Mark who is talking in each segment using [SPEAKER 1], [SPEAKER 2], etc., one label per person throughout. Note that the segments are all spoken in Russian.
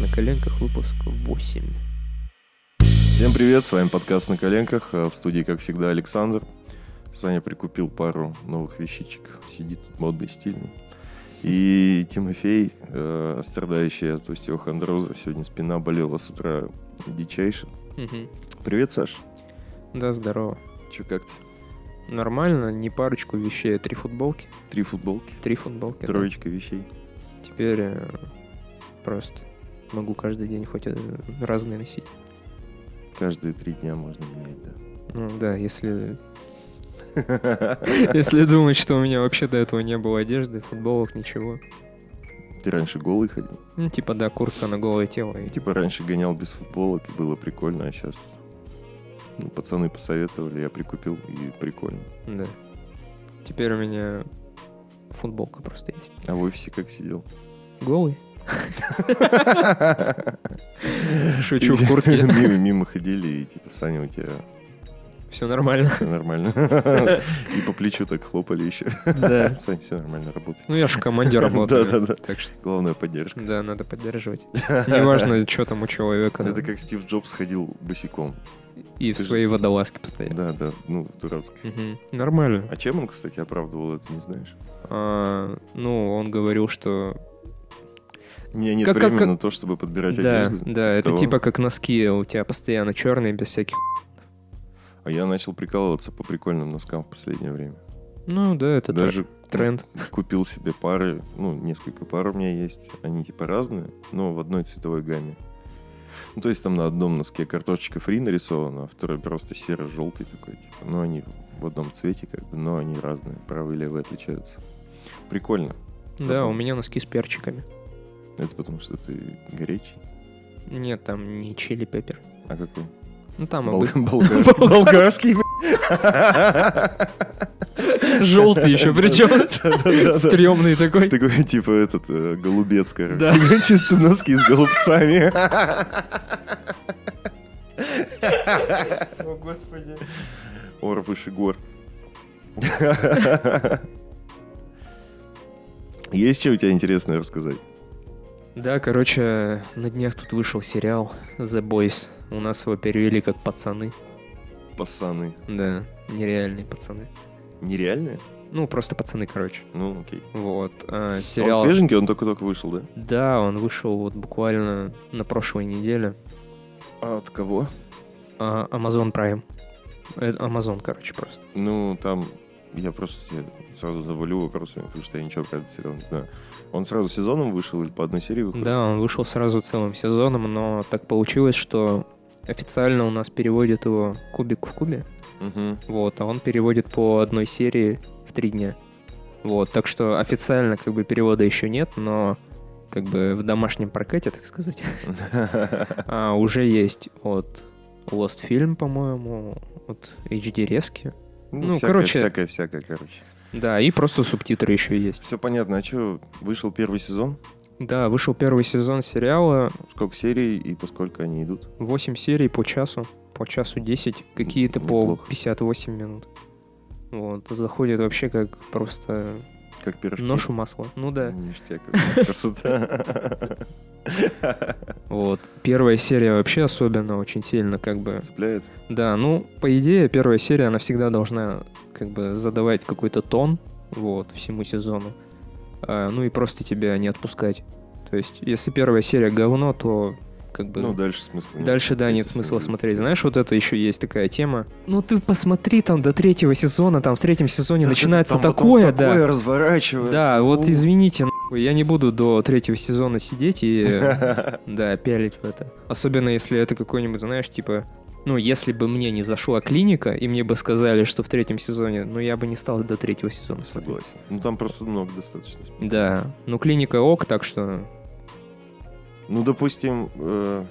[SPEAKER 1] на коленках» выпуск 8.
[SPEAKER 2] Всем привет, с вами подкаст «На коленках». а В студии, как всегда, Александр. Саня прикупил пару новых вещичек. Сидит тут модный, стильный. И Тимофей, э, страдающий от остеохондроза, сегодня спина болела с утра дичайше. Привет, Саш.
[SPEAKER 1] Да, здорово.
[SPEAKER 2] Че, как ты?
[SPEAKER 1] Нормально, не парочку вещей, а три футболки.
[SPEAKER 2] Три футболки,
[SPEAKER 1] Три футболки. да.
[SPEAKER 2] троечка вещей.
[SPEAKER 1] Теперь э, просто могу каждый день хоть э, разные носить.
[SPEAKER 2] Каждые три дня можно менять, да.
[SPEAKER 1] Ну да, если... Если думать, что у меня вообще до этого не было одежды, футболок, ничего.
[SPEAKER 2] Ты раньше голый ходил?
[SPEAKER 1] Ну, типа, да, куртка на голое тело. и-
[SPEAKER 2] Типа раньше гонял без футболок, и было прикольно, а сейчас... Ну, пацаны посоветовали, я прикупил, и прикольно.
[SPEAKER 1] Да. Теперь у меня футболка просто есть.
[SPEAKER 2] А в офисе как сидел?
[SPEAKER 1] Голый? Шучу, в куртке.
[SPEAKER 2] Мимо, мимо ходили, и типа, Саня, у тебя
[SPEAKER 1] Все нормально.
[SPEAKER 2] все нормально. И по плечу так хлопали еще.
[SPEAKER 1] Да.
[SPEAKER 2] Саня, все нормально, работает.
[SPEAKER 1] Ну, я же в команде работаю.
[SPEAKER 2] Да-да-да.
[SPEAKER 1] Так что,
[SPEAKER 2] Главное, поддержка.
[SPEAKER 1] да, надо поддерживать. Неважно, что там у человека.
[SPEAKER 2] Это как Стив Джобс ходил босиком.
[SPEAKER 1] И в
[SPEAKER 2] ты же
[SPEAKER 1] своей
[SPEAKER 2] с-
[SPEAKER 1] водолазке постоянно.
[SPEAKER 2] Да, да, ну, дурацкой.
[SPEAKER 1] Мгм. Нормально.
[SPEAKER 2] А чем он, кстати, оправдывал это, не знаешь?
[SPEAKER 1] А, ну, он говорил, что...
[SPEAKER 2] У меня нет
[SPEAKER 1] Как- как-
[SPEAKER 2] времени
[SPEAKER 1] как-
[SPEAKER 2] на то, чтобы подбирать
[SPEAKER 1] да,
[SPEAKER 2] одежду.
[SPEAKER 1] да, это
[SPEAKER 2] того.
[SPEAKER 1] типа как носки у тебя постоянно черные, без всяких...
[SPEAKER 2] А я начал прикалываться по прикольным носкам в последнее время.
[SPEAKER 1] Ну, да, это тр-
[SPEAKER 2] Даже
[SPEAKER 1] тренд.
[SPEAKER 2] купил себе пары, ну, несколько пар у меня есть. Они типа разные, но в одной цветовой гамме. Ну, то есть там на одном носке картошечка фри нарисована, а второй просто серо-желтый такой. Типа. Ну, они в одном цвете, как бы, но они разные, правый и левый отличаются. Прикольно.
[SPEAKER 1] Да,
[SPEAKER 2] Забавно.
[SPEAKER 1] у меня носки с перчиками.
[SPEAKER 2] Это потому что ты горячий.
[SPEAKER 1] Нет, там не чили пеппер.
[SPEAKER 2] А какой?
[SPEAKER 1] Ну, там
[SPEAKER 2] Бол-
[SPEAKER 1] обычно
[SPEAKER 2] Болгарский. Болгарский,
[SPEAKER 1] Желтый еще, причем
[SPEAKER 2] Да-да-да.
[SPEAKER 1] стрёмный такой.
[SPEAKER 2] Такой, типа, этот, э, голубец, короче.
[SPEAKER 1] Да.
[SPEAKER 2] Чисто носки с голубцами. О, господи. Ор выше гор. Есть что у тебя интересное рассказать?
[SPEAKER 1] Да, короче, на днях тут вышел сериал The Boys. У нас его перевели как пацаны.
[SPEAKER 2] Пацаны.
[SPEAKER 1] Да, нереальные пацаны.
[SPEAKER 2] Нереальные?
[SPEAKER 1] Ну, просто пацаны, короче.
[SPEAKER 2] Ну, окей.
[SPEAKER 1] Вот. а,
[SPEAKER 2] А
[SPEAKER 1] сериал...
[SPEAKER 2] Он свеженький, он только-только вышел, да?
[SPEAKER 1] Да, он вышел вот буквально на прошлой неделе.
[SPEAKER 2] А от кого?
[SPEAKER 1] А, Amazon Prime. Э, Amazon, короче, просто.
[SPEAKER 2] Ну, там я просто тебя сразу завалю вопросами, потому что я ничего про этот сериал не знаю. Он сразу сезоном вышел или по одной серии выходит?
[SPEAKER 1] Да, он вышел сразу целым сезоном, но так получилось, что официально у нас переводят его кубик в кубе.
[SPEAKER 2] Мгм.
[SPEAKER 1] Вот, а он переводит по одной серии в три дня. Вот, так что официально как бы перевода еще нет, но как бы в домашнем прокате, так сказать, а, уже есть от Lost Film, по-моему, от HD резки. Ну,
[SPEAKER 2] всякое,
[SPEAKER 1] короче.
[SPEAKER 2] Всякое, всякое, короче.
[SPEAKER 1] Да, и просто субтитры еще есть.
[SPEAKER 2] Все понятно. А что, вышел первый сезон?
[SPEAKER 1] Да, вышел первый сезон сериала,
[SPEAKER 2] Сколько серий и по сколько они идут?
[SPEAKER 1] 8 серий по часу, по часу 10, какие-то по
[SPEAKER 2] Неплохо.
[SPEAKER 1] 58 минут. Вот, заходит вообще как просто
[SPEAKER 2] Как пирожки?
[SPEAKER 1] нож в масло. Ну да.
[SPEAKER 2] Ништяк. вообще. Красота.
[SPEAKER 1] Вот. Первая серия вообще особенно очень сильно как бы...
[SPEAKER 2] Цепляет?
[SPEAKER 1] Да, ну, по идее, первая серия, она всегда должна как бы задавать какой-то тон, вот, всему сезону. А, ну и просто тебя не отпускать. То есть, если первая серия говно, то как бы...
[SPEAKER 2] Ну, дальше смысла нет.
[SPEAKER 1] Дальше, да, нет
[SPEAKER 2] Третий
[SPEAKER 1] смысла
[SPEAKER 2] сезон.
[SPEAKER 1] смотреть. Знаешь, вот это еще есть такая тема. Ну ты посмотри там до третьего сезона, там в третьем сезоне
[SPEAKER 2] Да,
[SPEAKER 1] начинается
[SPEAKER 2] там потом
[SPEAKER 1] такое, да.
[SPEAKER 2] Такое разворачивается.
[SPEAKER 1] Да, вот
[SPEAKER 2] О.
[SPEAKER 1] извините, нахуй, я не буду до третьего сезона сидеть и, э, да, пялить в это. Особенно если это какой-нибудь, знаешь, типа, ну, если бы мне не зашла клиника, и мне бы сказали, что в третьем сезоне, ну, я бы не стал до третьего сезона смотреть.
[SPEAKER 2] Согласен. Ну, там просто много достаточно.
[SPEAKER 1] Да, ну, клиника ок, так что...
[SPEAKER 2] Ну, допустим, э,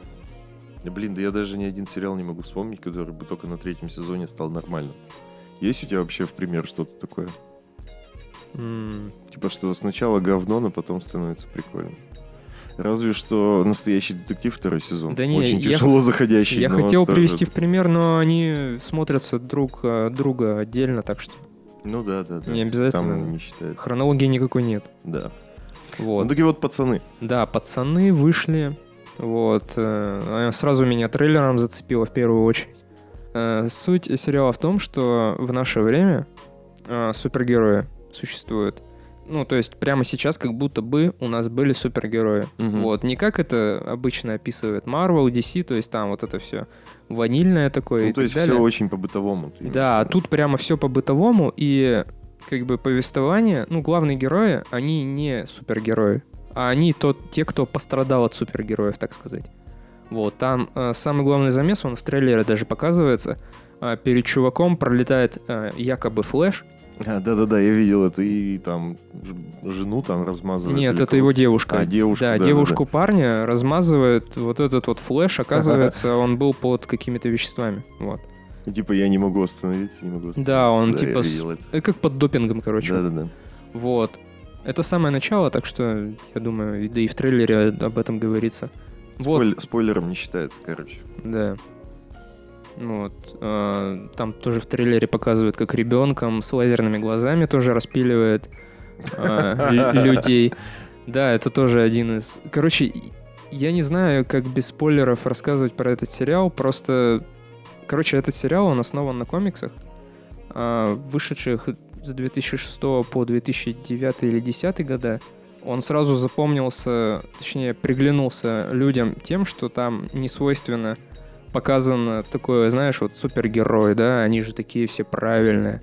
[SPEAKER 2] блин, да я даже ни один сериал не могу вспомнить, который бы только на третьем сезоне стал нормальным. Есть у тебя вообще в пример что-то такое?
[SPEAKER 1] м,
[SPEAKER 2] Типа, что сначала говно, но потом становится прикольно. Разве что «Настоящий детектив» второй сезон.
[SPEAKER 1] Да не,
[SPEAKER 2] Очень
[SPEAKER 1] я
[SPEAKER 2] тяжело заходящий.
[SPEAKER 1] Я
[SPEAKER 2] но
[SPEAKER 1] хотел
[SPEAKER 2] тоже-
[SPEAKER 1] привести в пример, но они смотрятся друг от друга отдельно, так что
[SPEAKER 2] Ну да, да, да.
[SPEAKER 1] Не обязательно.
[SPEAKER 2] Там не считается.
[SPEAKER 1] хронологии никакой нет.
[SPEAKER 2] Да. Ну
[SPEAKER 1] Вот.
[SPEAKER 2] такие вот пацаны.
[SPEAKER 1] Да, пацаны вышли Вот. э, она Сразу меня трейлером зацепила в первую очередь. Э, Суть сериала в том, что в наше время э, супергерои существуют. Ну, то есть прямо сейчас как будто бы у нас были супергерои.
[SPEAKER 2] Мгм.
[SPEAKER 1] Вот, не как это обычно описывает Marvel, DC, то есть там вот это все ванильное такое и
[SPEAKER 2] Ну, то
[SPEAKER 1] так
[SPEAKER 2] есть
[SPEAKER 1] далее.
[SPEAKER 2] все очень по-бытовому. ты имеешь
[SPEAKER 1] Да, а
[SPEAKER 2] в виду.
[SPEAKER 1] тут прямо все по-бытовому, и как бы повествование, ну, главные герои, они не супергерои, а они тот, те, кто пострадал от супергероев, так сказать. Вот, там э, самый главный замес, он в трейлере даже показывается, а, перед чуваком пролетает э, якобы флэш,
[SPEAKER 2] А, Да-да-да, я видел это, и там ж- жену там размазывают.
[SPEAKER 1] нет,
[SPEAKER 2] или
[SPEAKER 1] Ну, это его
[SPEAKER 2] кого-то.
[SPEAKER 1] девушка.
[SPEAKER 2] А, девушку,
[SPEAKER 1] да,
[SPEAKER 2] да-да-да.
[SPEAKER 1] девушку парня размазывает вот этот вот флэш, оказывается, он был под какими-то веществами, вот.
[SPEAKER 2] И Типа, я не могу остановиться, не могу остановиться.
[SPEAKER 1] он
[SPEAKER 2] да,
[SPEAKER 1] типа
[SPEAKER 2] я
[SPEAKER 1] с-
[SPEAKER 2] видел это.
[SPEAKER 1] Э, Как под допингом, короче.
[SPEAKER 2] Да-да-да.
[SPEAKER 1] Вот. Это самое начало, так что, я думаю, и- да и в трейлере об этом говорится. Вот,
[SPEAKER 2] Спойл- Спойлером не считается, короче.
[SPEAKER 1] да. Вот. э, Там тоже в трейлере показывают, как ребенком с лазерными глазами тоже распиливает э, лю- людей. Да, это тоже один из... Короче, и- я не знаю, как без спойлеров рассказывать про этот сериал, просто... Короче, этот сериал, он основан на комиксах, э, вышедших с 2006 по 2009 или 2010 года. Он сразу запомнился, точнее, приглянулся людям тем, что там не свойственно показано такое, знаешь, вот супергерои, да, они же такие все правильные.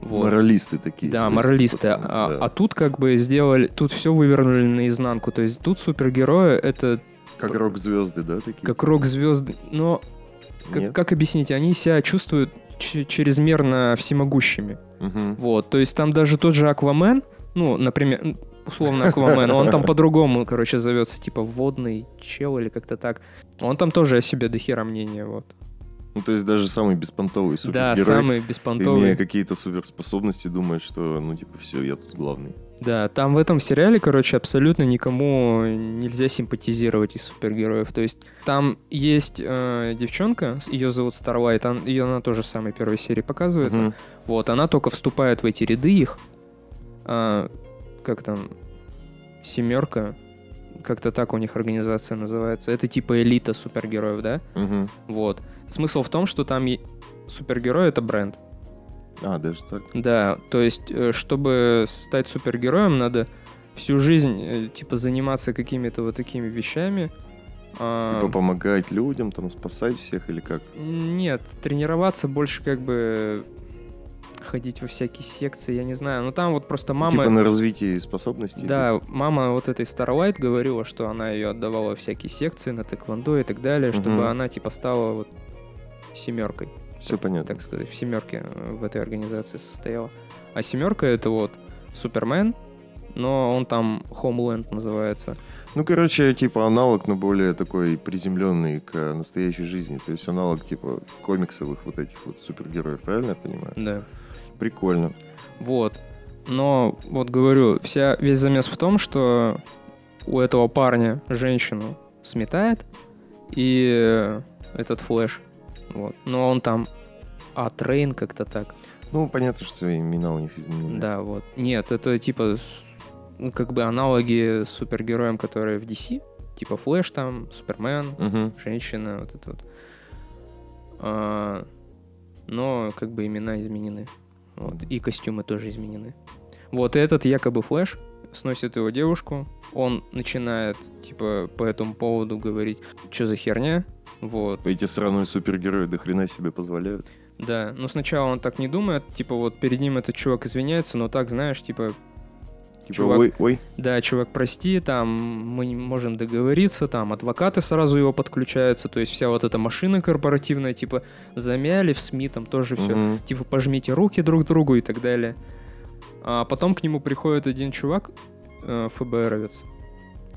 [SPEAKER 1] Вот.
[SPEAKER 2] Моралисты такие.
[SPEAKER 1] Да,
[SPEAKER 2] То есть,
[SPEAKER 1] моралисты.
[SPEAKER 2] потом,
[SPEAKER 1] А,
[SPEAKER 2] да.
[SPEAKER 1] а тут как бы сделали, тут все вывернули наизнанку. То есть тут супергерои это
[SPEAKER 2] Как рок-звезды, да, такие?
[SPEAKER 1] как рок-звезды, но как,
[SPEAKER 2] Нет?
[SPEAKER 1] как объяснить, они себя чувствуют ч- чрезмерно всемогущими.
[SPEAKER 2] Мгм.
[SPEAKER 1] Вот, то есть там даже тот же Аквамен, ну, например, н- условно Аквамен, он там по-другому, короче, зовется, типа водный чел или как-то так. Он там тоже о себе дохера мнения, вот.
[SPEAKER 2] Ну, то есть даже самый беспонтовый
[SPEAKER 1] да,
[SPEAKER 2] супергерой,
[SPEAKER 1] самый беспонтовый.
[SPEAKER 2] имея какие-то суперспособности, думает, что, ну, типа, все, я тут главный.
[SPEAKER 1] Да, там в этом сериале, короче, абсолютно никому нельзя симпатизировать из супергероев. То есть там есть э, девчонка, ее зовут Starlight, он- ее она тоже в самой первой серии показывается.
[SPEAKER 2] Мгм.
[SPEAKER 1] Вот, она только вступает в эти ряды их. а, как там? Семерка. Как-то так у них организация называется. Это типа элита супергероев, да?
[SPEAKER 2] Мгм.
[SPEAKER 1] Вот. Смысл в том, что там е- супергерой это бренд.
[SPEAKER 2] А, даже так?
[SPEAKER 1] Да, то есть, э, чтобы стать супергероем, надо всю жизнь, э, типа, заниматься какими-то вот такими вещами. А,
[SPEAKER 2] Типа помогать людям, там, спасать всех или как?
[SPEAKER 1] Нет, тренироваться больше как бы ходить во всякие секции, я не знаю. Ну там вот просто мама...
[SPEAKER 2] Типа на развитие способностей?
[SPEAKER 1] Да, мама вот этой Starlight говорила, что она ее отдавала во всякие секции на тэквондо и так далее, чтобы
[SPEAKER 2] Мгм.
[SPEAKER 1] она типа стала вот семеркой,
[SPEAKER 2] Все понятно.
[SPEAKER 1] так сказать, в семерке э, в этой организации состояла. А семерка это вот Супермен, но он там Homeland называется.
[SPEAKER 2] Ну, короче, типа аналог, но более такой приземленный к э, настоящей жизни. То есть аналог, типа, комиксовых вот этих вот супергероев, правильно я понимаю?
[SPEAKER 1] Да.
[SPEAKER 2] Прикольно.
[SPEAKER 1] Вот. Но вот говорю, вся, весь замес в том, что у этого парня женщину сметает, и э, этот флэш. Вот. Но он там а трейн как-то так.
[SPEAKER 2] Ну, понятно, что имена у них изменены.
[SPEAKER 1] Да, вот. Нет, это типа с- ну, как бы аналоги супергероям, которые в DC, типа Флэш там, Супермен,
[SPEAKER 2] Мгм.
[SPEAKER 1] женщина, вот это вот. А, но как бы имена изменены. Вот. И костюмы тоже изменены. Вот и этот якобы Флэш сносит его девушку. Он начинает, типа, по этому поводу говорить, что за херня. Вот.
[SPEAKER 2] Эти сраные супергерои до хрена себе позволяют.
[SPEAKER 1] Да, но сначала он так не думает, типа вот перед ним этот чувак извиняется, но так, знаешь, типа,
[SPEAKER 2] Типа,
[SPEAKER 1] Чувак.
[SPEAKER 2] ой, ой.
[SPEAKER 1] да, чувак, прости, там мы не можем договориться, там адвокаты сразу его подключаются, то есть вся вот эта машина корпоративная, типа, замяли в СМИ, там тоже все,
[SPEAKER 2] Мгм.
[SPEAKER 1] типа, пожмите руки друг другу и так далее. А потом к нему приходит один чувак, э, ФБРовец.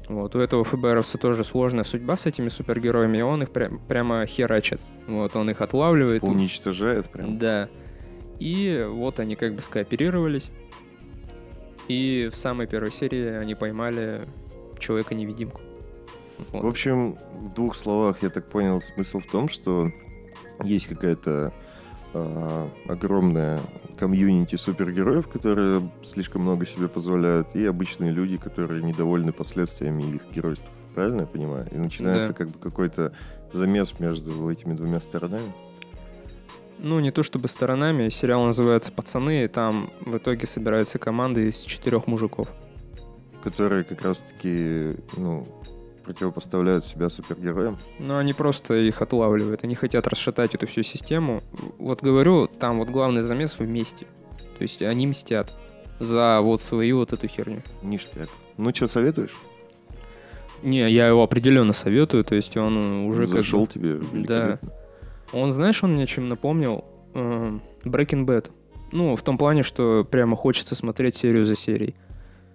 [SPEAKER 1] Вот, у этого ФБРовца тоже сложная судьба с этими супергероями, и он их пря- прямо херачит. Вот, он их отлавливает. и-
[SPEAKER 2] Уничтожает прям.
[SPEAKER 1] да. И вот они как бы скооперировались. И в самой первой серии они поймали человека-невидимку. Вот.
[SPEAKER 2] В общем, в двух словах, я так понял, смысл в том, что есть какая-то а, огромная комьюнити супергероев, которые слишком много себе позволяют, и обычные люди, которые недовольны последствиями их геройства. правильно я понимаю? И начинается
[SPEAKER 1] Да.
[SPEAKER 2] как бы какой-то замес между этими двумя сторонами.
[SPEAKER 1] Ну, не то чтобы сторонами. Сериал называется «Пацаны», и там в итоге собирается команда из четырех мужиков.
[SPEAKER 2] которые как раз-таки, ну, противопоставляют себя супергероям.
[SPEAKER 1] Но они просто их отлавливают. Они хотят расшатать эту всю систему. Вот говорю, там вот главный замес вместе. То есть они мстят за вот свою вот эту херню.
[SPEAKER 2] Ништяк. Ну, что советуешь?
[SPEAKER 1] Не, я его определенно советую. То есть он уже как бы-
[SPEAKER 2] Зашел тебе великолепно.
[SPEAKER 1] Он, знаешь, он мне чем напомнил? Эм, Breaking Bad. Ну, в том плане, что прямо хочется смотреть серию за серией.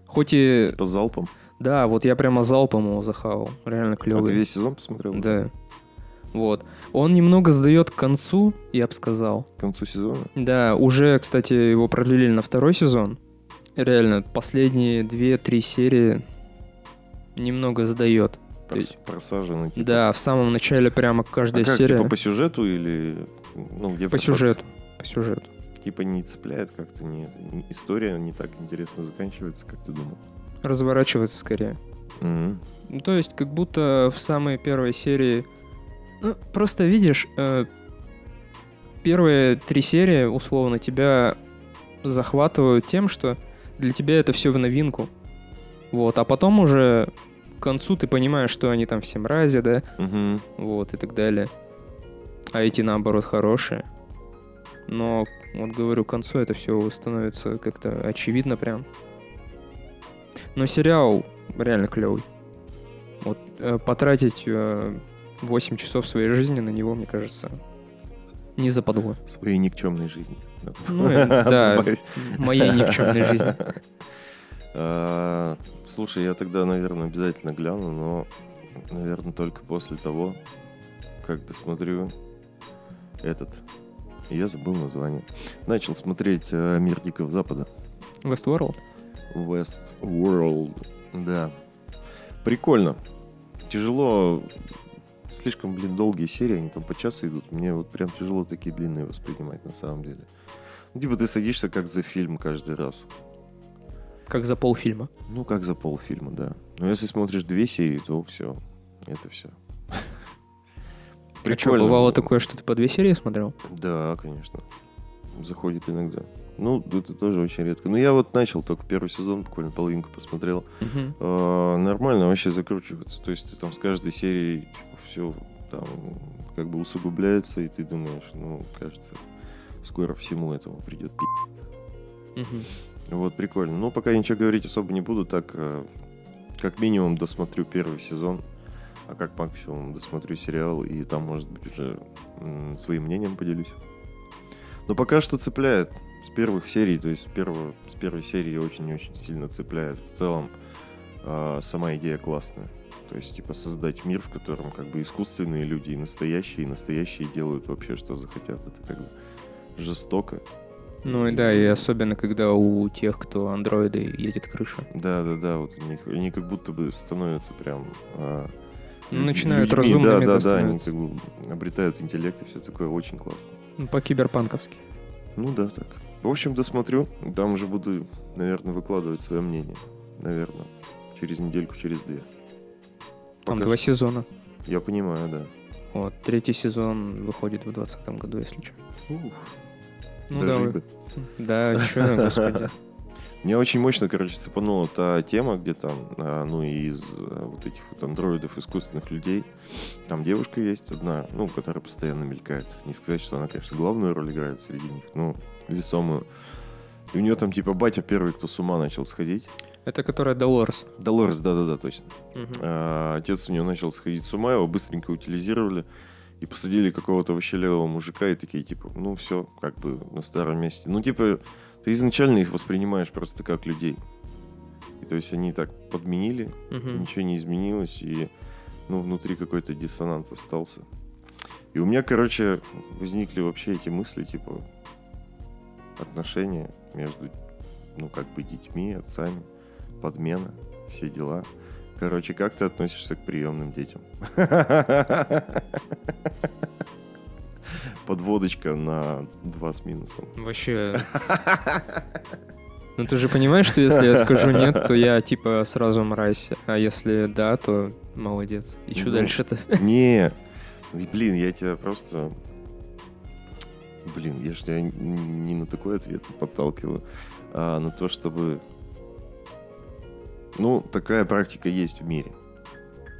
[SPEAKER 1] Хоть и...
[SPEAKER 2] По залпам.
[SPEAKER 1] Да, вот я прямо залпом его захавал. Реально
[SPEAKER 2] А ты
[SPEAKER 1] клевый.
[SPEAKER 2] весь сезон посмотрел?
[SPEAKER 1] Да. Вот. Он немного сдает к концу, я бы сказал.
[SPEAKER 2] К концу сезона?
[SPEAKER 1] Да, уже, кстати, его продлили на второй сезон. Реально, последние 2-3 серии немного сдает. То есть-
[SPEAKER 2] Прос- Просажено. типа.
[SPEAKER 1] Да, в самом начале прямо
[SPEAKER 2] А
[SPEAKER 1] каждая
[SPEAKER 2] как,
[SPEAKER 1] серия.
[SPEAKER 2] типа по сюжету или... Ну, где
[SPEAKER 1] по
[SPEAKER 2] просаж-
[SPEAKER 1] сюжету. По сюжету.
[SPEAKER 2] Типа не цепляет как-то, не, не- история не так интересно заканчивается, как ты думал.
[SPEAKER 1] разворачивается скорее.
[SPEAKER 2] Мгм.
[SPEAKER 1] Ну, то есть, как будто в самой первой серии... Ну, просто видишь, э, первые три серии, условно, тебя захватывают тем, что для тебя это все в новинку. Вот, а потом уже к концу ты понимаешь, что они там все мрази, да,
[SPEAKER 2] Мгм.
[SPEAKER 1] вот, и так далее. А эти, наоборот, хорошие. Но, вот говорю, к концу это все становится как-то очевидно прям. Но сериал реально клевый. Вот э, потратить 8 часов своей жизни на него, мне кажется, не западло.
[SPEAKER 2] Своей никчемной жизни.
[SPEAKER 1] Ну, э, да,
[SPEAKER 2] Добавить.
[SPEAKER 1] моей никчемной жизни.
[SPEAKER 2] А, Слушай, я тогда, наверное, обязательно гляну, но, наверное, только после того, как досмотрю этот. Я забыл название. Начал смотреть э, «Мир Дикого Запада».
[SPEAKER 1] Westworld?
[SPEAKER 2] West World. Да. Прикольно. Тяжело. Слишком, блин, долгие серии, они там по часу идут. Мне вот прям тяжело такие длинные воспринимать на самом деле. Ну, типа ты садишься как за фильм каждый раз.
[SPEAKER 1] Как за полфильма.
[SPEAKER 2] Ну, как за полфильма, да. Но если смотришь две серии, то все. Это все.
[SPEAKER 1] А что, бывало такое, что ты по две серии смотрел?
[SPEAKER 2] Да, конечно. Заходит иногда. Ну, это тоже очень редко. Но я вот начал только первый сезон, буквально половинку посмотрел.
[SPEAKER 1] Мгм.
[SPEAKER 2] Э, нормально вообще закручивается. То есть ты там с каждой серии все там как бы усугубляется, и ты думаешь, ну, кажется, скоро всему этому придет пи***.
[SPEAKER 1] Мгм.
[SPEAKER 2] Вот, прикольно. Ну, пока ничего говорить особо не буду, так э, как минимум досмотрю первый сезон, а как максимум досмотрю сериал, и там, может быть, уже м, своим мнением поделюсь. Но пока что цепляет с первых серий, то есть с, первого, с первой серии очень-очень сильно цепляет. В целом, э, сама идея классная. То есть, типа, создать мир, в котором как бы искусственные люди и настоящие, и настоящие делают вообще, что захотят. Это как бы жестоко.
[SPEAKER 1] Ну и да, и особенно когда у тех, кто андроиды, едет крыша.
[SPEAKER 2] Да, да, да, вот у них они как будто бы становятся прям. а,
[SPEAKER 1] Ну, начинают
[SPEAKER 2] людьми.
[SPEAKER 1] разумными,
[SPEAKER 2] Да,
[SPEAKER 1] да,
[SPEAKER 2] да, да, они
[SPEAKER 1] становятся.
[SPEAKER 2] как бы обретают интеллект и все такое очень классно.
[SPEAKER 1] Ну, По-киберпанковски.
[SPEAKER 2] Ну да, так. В общем, досмотрю. Там уже буду, наверное, выкладывать свое мнение. Наверное. Через недельку, через две.
[SPEAKER 1] Там
[SPEAKER 2] Пока
[SPEAKER 1] два
[SPEAKER 2] что-
[SPEAKER 1] сезона.
[SPEAKER 2] Я понимаю, да.
[SPEAKER 1] Вот, третий сезон выходит в 2020 году, если что. Ну
[SPEAKER 2] Дожить
[SPEAKER 1] да,
[SPEAKER 2] бы.
[SPEAKER 1] да, чё, господи.
[SPEAKER 2] Меня очень мощно, короче, цепанула та тема, где там, а, ну, и из а, вот этих вот андроидов, искусственных людей. Там девушка есть одна, ну, которая постоянно мелькает. Не сказать, что она, конечно, главную роль играет среди них, но весомую. И у нее там, типа, батя первый, кто с ума начал сходить.
[SPEAKER 1] Это которая Долорес.
[SPEAKER 2] Долорес, да-да-да, точно.
[SPEAKER 1] Мгм.
[SPEAKER 2] А, отец у него начал сходить с ума, его быстренько утилизировали и посадили какого-то вообще левого мужика и такие, типа, ну все, как бы на старом месте. Ну, типа, ты изначально их воспринимаешь просто как людей. И то есть они так подменили,
[SPEAKER 1] Мгм.
[SPEAKER 2] ничего не изменилось, и, ну, внутри какой-то диссонанс остался. И у меня, короче, возникли вообще эти мысли, типа, отношения между, ну, как бы, детьми, отцами, подмена, все дела. Короче, как ты относишься к приемным детям? Подводочка на два с минусом.
[SPEAKER 1] Вообще... Ну ты же понимаешь, что если я скажу нет, то я типа сразу мразь. А если да, то Молодец. И что
[SPEAKER 2] Ну,
[SPEAKER 1] дальше-то?
[SPEAKER 2] Не, и, блин, я тебя просто... Блин, я же тебя н- не на такой ответ подталкиваю, а на то, чтобы... Ну, такая практика есть в мире.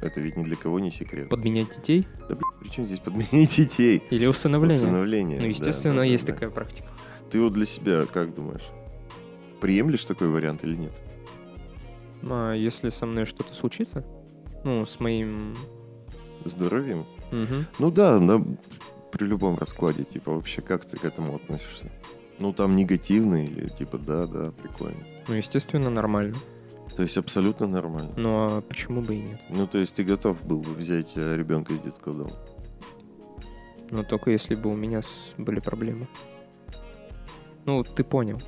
[SPEAKER 2] Это ведь ни для кого не секрет.
[SPEAKER 1] Подменять детей
[SPEAKER 2] Да, блин, при чем здесь подменить детей?
[SPEAKER 1] или усыновление?
[SPEAKER 2] Усыновление.
[SPEAKER 1] Ну,
[SPEAKER 2] да,
[SPEAKER 1] естественно,
[SPEAKER 2] да, да,
[SPEAKER 1] есть
[SPEAKER 2] да.
[SPEAKER 1] такая практика.
[SPEAKER 2] Ты вот для себя как думаешь? Приемлешь такой вариант или нет?
[SPEAKER 1] А если со мной что-то случится, ну, с моим...
[SPEAKER 2] Здоровьем?
[SPEAKER 1] Мгм.
[SPEAKER 2] Ну да, да, при любом раскладе, типа, вообще, как ты к этому относишься? Ну, там негативный или типа, да, да, прикольно.
[SPEAKER 1] Ну, естественно, нормально.
[SPEAKER 2] То есть абсолютно нормально.
[SPEAKER 1] Ну, а почему бы и нет?
[SPEAKER 2] Ну, то есть ты готов был бы взять э, ребенка из детского дома?
[SPEAKER 1] Но только если бы у меня с- были проблемы. Ну, ты понял.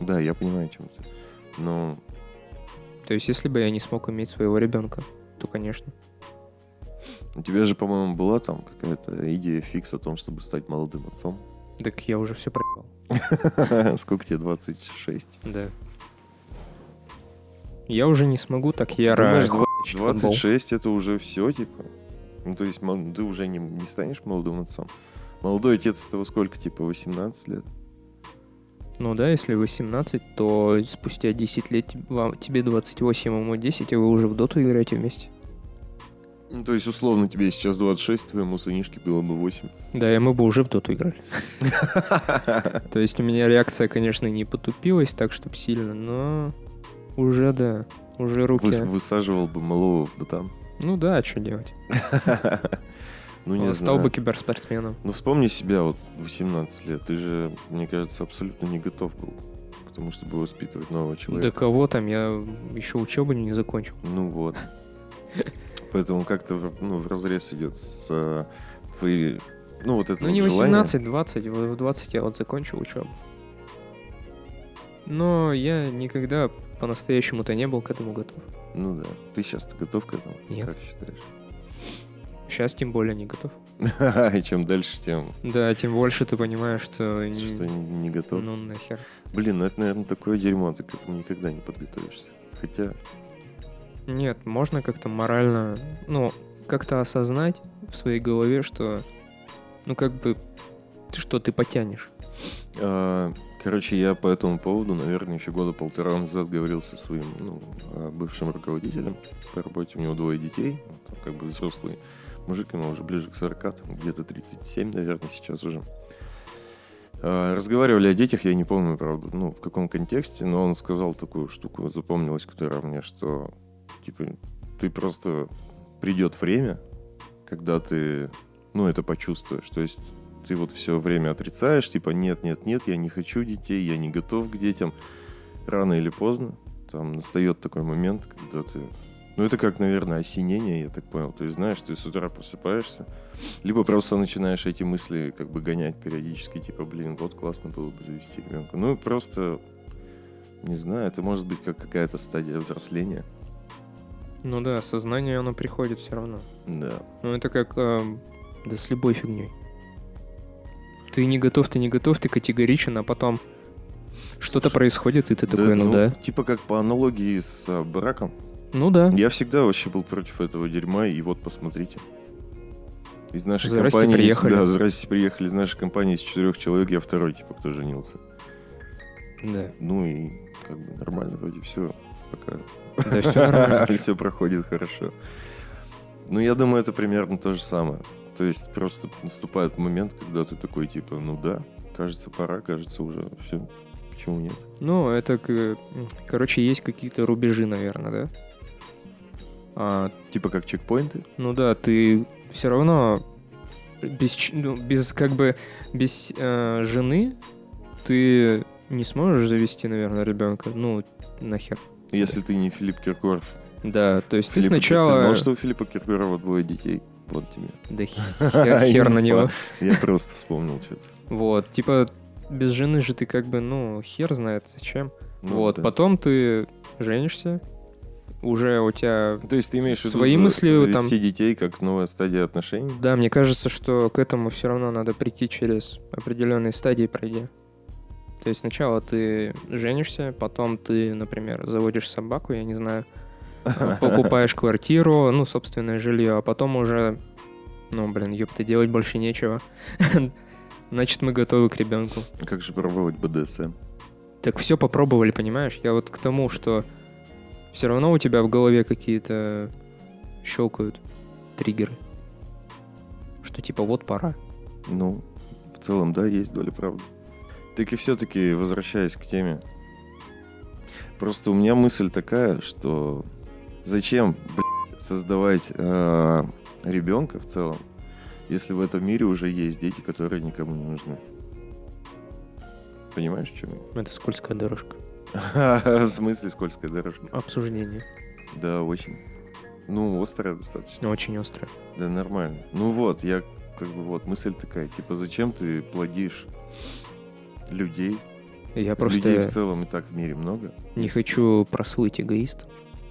[SPEAKER 2] Да, я понимаю, о чем ты. Но,
[SPEAKER 1] То есть, если бы я не смог иметь своего ребенка, то, конечно.
[SPEAKER 2] у тебя же, по-моему, была там какая-то идея фикс о том, чтобы стать молодым отцом.
[SPEAKER 1] Так я уже все проебал.
[SPEAKER 2] Сколько тебе? 26.
[SPEAKER 1] Да. Я уже не смогу так
[SPEAKER 2] Ты
[SPEAKER 1] яро...
[SPEAKER 2] думаешь,
[SPEAKER 1] хуячить футбол.
[SPEAKER 2] 26 это уже все, типа? Ну, то есть мол- ты уже не, не станешь молодым отцом? Молодой отец это во сколько, типа, 18 лет?
[SPEAKER 1] Ну да, если 18, то спустя 10 лет те- вам- тебе 28, ему 10, и вы уже в доту играете вместе.
[SPEAKER 2] Ну, то есть, условно, тебе сейчас 26, твоему сынишке было бы 8.
[SPEAKER 1] Да, и мы бы уже в доту играли. То есть у меня реакция, конечно, не потупилась так, чтобы сильно, но уже да, уже руки.
[SPEAKER 2] Выс- Высаживал бы малого в там.
[SPEAKER 1] Ну да, а что делать?
[SPEAKER 2] Ну, не
[SPEAKER 1] Он стал бы
[SPEAKER 2] знаю.
[SPEAKER 1] киберспортсменом.
[SPEAKER 2] Ну, вспомни себя, вот, 18 лет. Ты же, мне кажется, абсолютно не готов был к тому, чтобы воспитывать нового
[SPEAKER 1] Да
[SPEAKER 2] человека.
[SPEAKER 1] кого там, я еще учебу не закончил.
[SPEAKER 2] Ну, вот. Поэтому как-то, в- ну, в разрез идет с э, твоей... Ну, вот это
[SPEAKER 1] Ну
[SPEAKER 2] вот
[SPEAKER 1] не
[SPEAKER 2] желание.
[SPEAKER 1] 18, 20, в в 20 я вот закончил учебу. Но я никогда по-настоящему-то не был к этому готов.
[SPEAKER 2] Ну да. Ты сейчас то готов к этому?
[SPEAKER 1] Нет.
[SPEAKER 2] Как считаешь?
[SPEAKER 1] Сейчас тем более не готов.
[SPEAKER 2] И чем дальше, тем
[SPEAKER 1] Да, тем больше ты понимаешь, что... н-
[SPEAKER 2] что не готов.
[SPEAKER 1] Ну нахер.
[SPEAKER 2] Блин, ну это, наверное, такое дерьмо, ты к этому никогда не подготовишься. Хотя,
[SPEAKER 1] Нет, можно как-то морально, ну, как-то осознать в своей голове, что, ну, как бы, что ты потянешь.
[SPEAKER 2] э, короче, я по этому поводу, наверное, еще года полтора назад говорил со своим ну, э, бывшим руководителем по работе. У него двое детей, он там как бы взрослый мужик, ему уже ближе к 40, там где-то 37, наверное, сейчас уже. Э, Разговаривали о детях, я не помню, правда, ну, в каком контексте, но он сказал такую штуку, запомнилась, которая мне, что, типа, ты просто придет время, когда ты, ну, это почувствуешь. То есть ты вот все время отрицаешь, типа, нет, нет, нет, я не хочу детей, я не готов к детям. Рано или поздно там настает такой момент, когда ты... Ну, это как, наверное, осенение, я так понял. То есть, знаешь, ты с утра просыпаешься, либо просто начинаешь эти мысли как бы гонять периодически, типа, блин, вот классно было бы завести ребенка. Ну, и просто, не знаю, это может быть как какая-то стадия взросления.
[SPEAKER 1] Ну да, сознание, оно приходит все равно.
[SPEAKER 2] Да.
[SPEAKER 1] Ну, это как, эм, да с любой фигней. Ты не готов, ты не готов, ты категоричен, а потом что-то происходит, и ты такой, ну да.
[SPEAKER 2] Типа как по аналогии с а, браком.
[SPEAKER 1] Ну да.
[SPEAKER 2] Я всегда вообще был против этого дерьма, и вот посмотрите. Из нашей
[SPEAKER 1] Здрасте,
[SPEAKER 2] компании...
[SPEAKER 1] приехали.
[SPEAKER 2] Да, здрасте, приехали. Из нашей компании из четырех человек я второй, типа, кто женился.
[SPEAKER 1] Да.
[SPEAKER 2] Ну и как бы нормально вроде все. Пока
[SPEAKER 1] Да, все нормально.
[SPEAKER 2] все проходит хорошо. Ну, я думаю, это примерно то же самое. То есть просто наступает момент, когда ты такой, типа, ну да, кажется, пора, кажется, уже все. Почему нет?
[SPEAKER 1] Ну, это, к- м, короче, есть какие-то рубежи, наверное, да? А,
[SPEAKER 2] Типа как чекпоинты?
[SPEAKER 1] Ну да, ты все равно без, ч- ну, без как бы без э, жены ты не сможешь завести, наверное, ребенка. Ну, нахер.
[SPEAKER 2] Если ты не Филипп Киркоров.
[SPEAKER 1] Да, то есть ты
[SPEAKER 2] Филипп,
[SPEAKER 1] сначала...
[SPEAKER 2] Ты знал, что у Филиппа Киркорова двое детей? Вот тебе.
[SPEAKER 1] Да хер, хер на него.
[SPEAKER 2] Я просто вспомнил что-то.
[SPEAKER 1] Вот, типа, без жены же ты как бы, ну, хер знает зачем.
[SPEAKER 2] Ну,
[SPEAKER 1] вот,
[SPEAKER 2] да.
[SPEAKER 1] потом ты женишься, уже у тебя...
[SPEAKER 2] Ну, То есть ты имеешь в виду
[SPEAKER 1] свои
[SPEAKER 2] за-
[SPEAKER 1] мысли
[SPEAKER 2] завести
[SPEAKER 1] там-
[SPEAKER 2] детей как новая стадия отношений?
[SPEAKER 1] Да, мне кажется, что к этому все равно надо прийти через определенные стадии пройдя. То есть сначала ты женишься, потом ты, например, заводишь собаку, я не знаю, а, покупаешь квартиру, ну, собственное жилье, а потом уже, ну, блин, ёпта, делать больше нечего. Значит, мы готовы к ребенку.
[SPEAKER 2] Как же пробовать БДСМ?
[SPEAKER 1] Так все попробовали, понимаешь? Я вот к тому, что все равно у тебя в голове какие-то щелкают триггеры. Что типа вот пора.
[SPEAKER 2] Ну, в целом, да, есть доля правды. Так и все-таки, возвращаясь к теме, просто у меня мысль такая, что зачем, блядь, создавать э, ребенка в целом, если в этом мире уже есть дети, которые никому не нужны? Понимаешь, в чем я?
[SPEAKER 1] Это скользкая дорожка.
[SPEAKER 2] В смысле скользкая дорожка?
[SPEAKER 1] Обсуждение.
[SPEAKER 2] Да, очень. Ну, острая достаточно.
[SPEAKER 1] Очень острое.
[SPEAKER 2] Да, нормально. Ну вот, я как бы вот, мысль такая, типа, зачем ты плодишь людей?
[SPEAKER 1] Я
[SPEAKER 2] Людей
[SPEAKER 1] просто
[SPEAKER 2] в целом и так в мире много.
[SPEAKER 1] не хочу прослыть эгоист,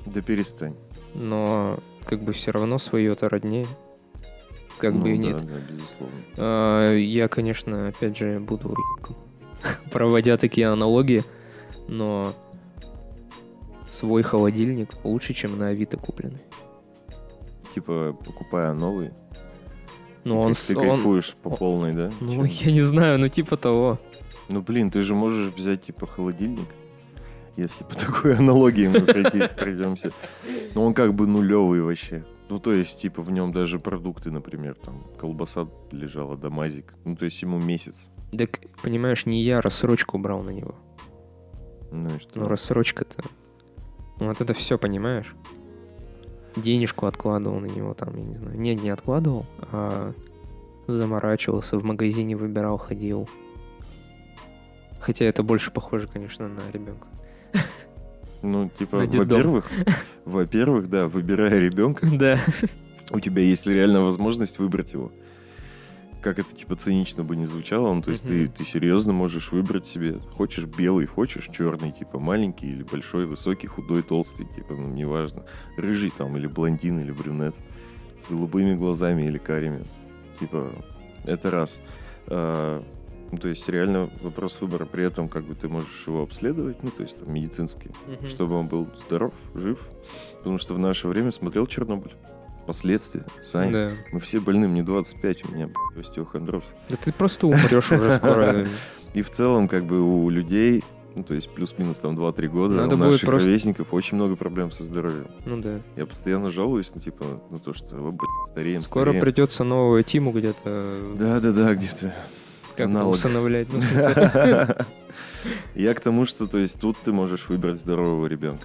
[SPEAKER 2] Да перестань.
[SPEAKER 1] но как бы все равно свое-то роднее. Как бы и
[SPEAKER 2] Ну да,
[SPEAKER 1] нет.
[SPEAKER 2] Да, безусловно.
[SPEAKER 1] А, Я, конечно, опять же, буду ебком, проводя такие аналогии, но свой холодильник лучше, чем на Авито купленный.
[SPEAKER 2] Типа, покупая новый,
[SPEAKER 1] Но Ну, он...
[SPEAKER 2] ты
[SPEAKER 1] с-
[SPEAKER 2] ты
[SPEAKER 1] он-
[SPEAKER 2] кайфуешь по
[SPEAKER 1] он-
[SPEAKER 2] полной, да?
[SPEAKER 1] Ну,
[SPEAKER 2] Чем?
[SPEAKER 1] я не знаю, ну типа того.
[SPEAKER 2] Ну, блин, ты же можешь взять, типа, холодильник, если по такой аналогии мы пройти- пройдемся. Но он как бы нулевый вообще. Ну, то есть, типа, в нем даже продукты, например, там, колбаса лежала, дамазик. Ну, то есть, ему месяц.
[SPEAKER 1] Так, понимаешь, не я а рассрочку брал на него.
[SPEAKER 2] Ну и что?
[SPEAKER 1] Ну, рассрочка-то. Ну, вот это все, понимаешь? Денежку откладывал на него там, я не знаю. Нет, не откладывал, а заморачивался, в магазине выбирал, ходил. Хотя это больше похоже, конечно, на ребенка.
[SPEAKER 2] Ну, типа,
[SPEAKER 1] На детдом.
[SPEAKER 2] во-первых, во-первых, да, выбирая ребенка,
[SPEAKER 1] Да.
[SPEAKER 2] у тебя есть реально возможность выбрать его. Как это, типа, цинично бы не звучало, ну, то есть
[SPEAKER 1] Мгм.
[SPEAKER 2] ты, ты серьезно можешь выбрать себе, хочешь белый, хочешь черный, типа, маленький или большой, высокий, худой, толстый, типа, ну, неважно, рыжий там, или блондин, или брюнет, с голубыми глазами или карими, типа, это раз. А, ну, то есть реально вопрос выбора, при этом, как бы, ты можешь его обследовать, ну, то есть, там, медицинские чтобы он был здоров, жив. Потому что в наше время смотрел Чернобыль. Последствия. Саня,
[SPEAKER 1] Да.
[SPEAKER 2] мы все больны, мне 25, у меня б***ь, остеохондроз.
[SPEAKER 1] Да ты просто умрешь уже скоро.
[SPEAKER 2] И в целом, как бы у людей, ну, то есть плюс-минус там 2-3 года,
[SPEAKER 1] Надо
[SPEAKER 2] у
[SPEAKER 1] будет
[SPEAKER 2] наших
[SPEAKER 1] просто-
[SPEAKER 2] ровесников очень много проблем со здоровьем.
[SPEAKER 1] Ну да.
[SPEAKER 2] Я постоянно жалуюсь, ну, типа, на то, что, «О, блядь, стареем,
[SPEAKER 1] Скоро
[SPEAKER 2] стареем».
[SPEAKER 1] придется новую Тиму где-то
[SPEAKER 2] Да-да-да, где-то.
[SPEAKER 1] как то
[SPEAKER 2] аналог.
[SPEAKER 1] усыновлять. Ну, в смысле,
[SPEAKER 2] Я к тому, что, то есть, тут ты можешь выбрать здорового ребенка.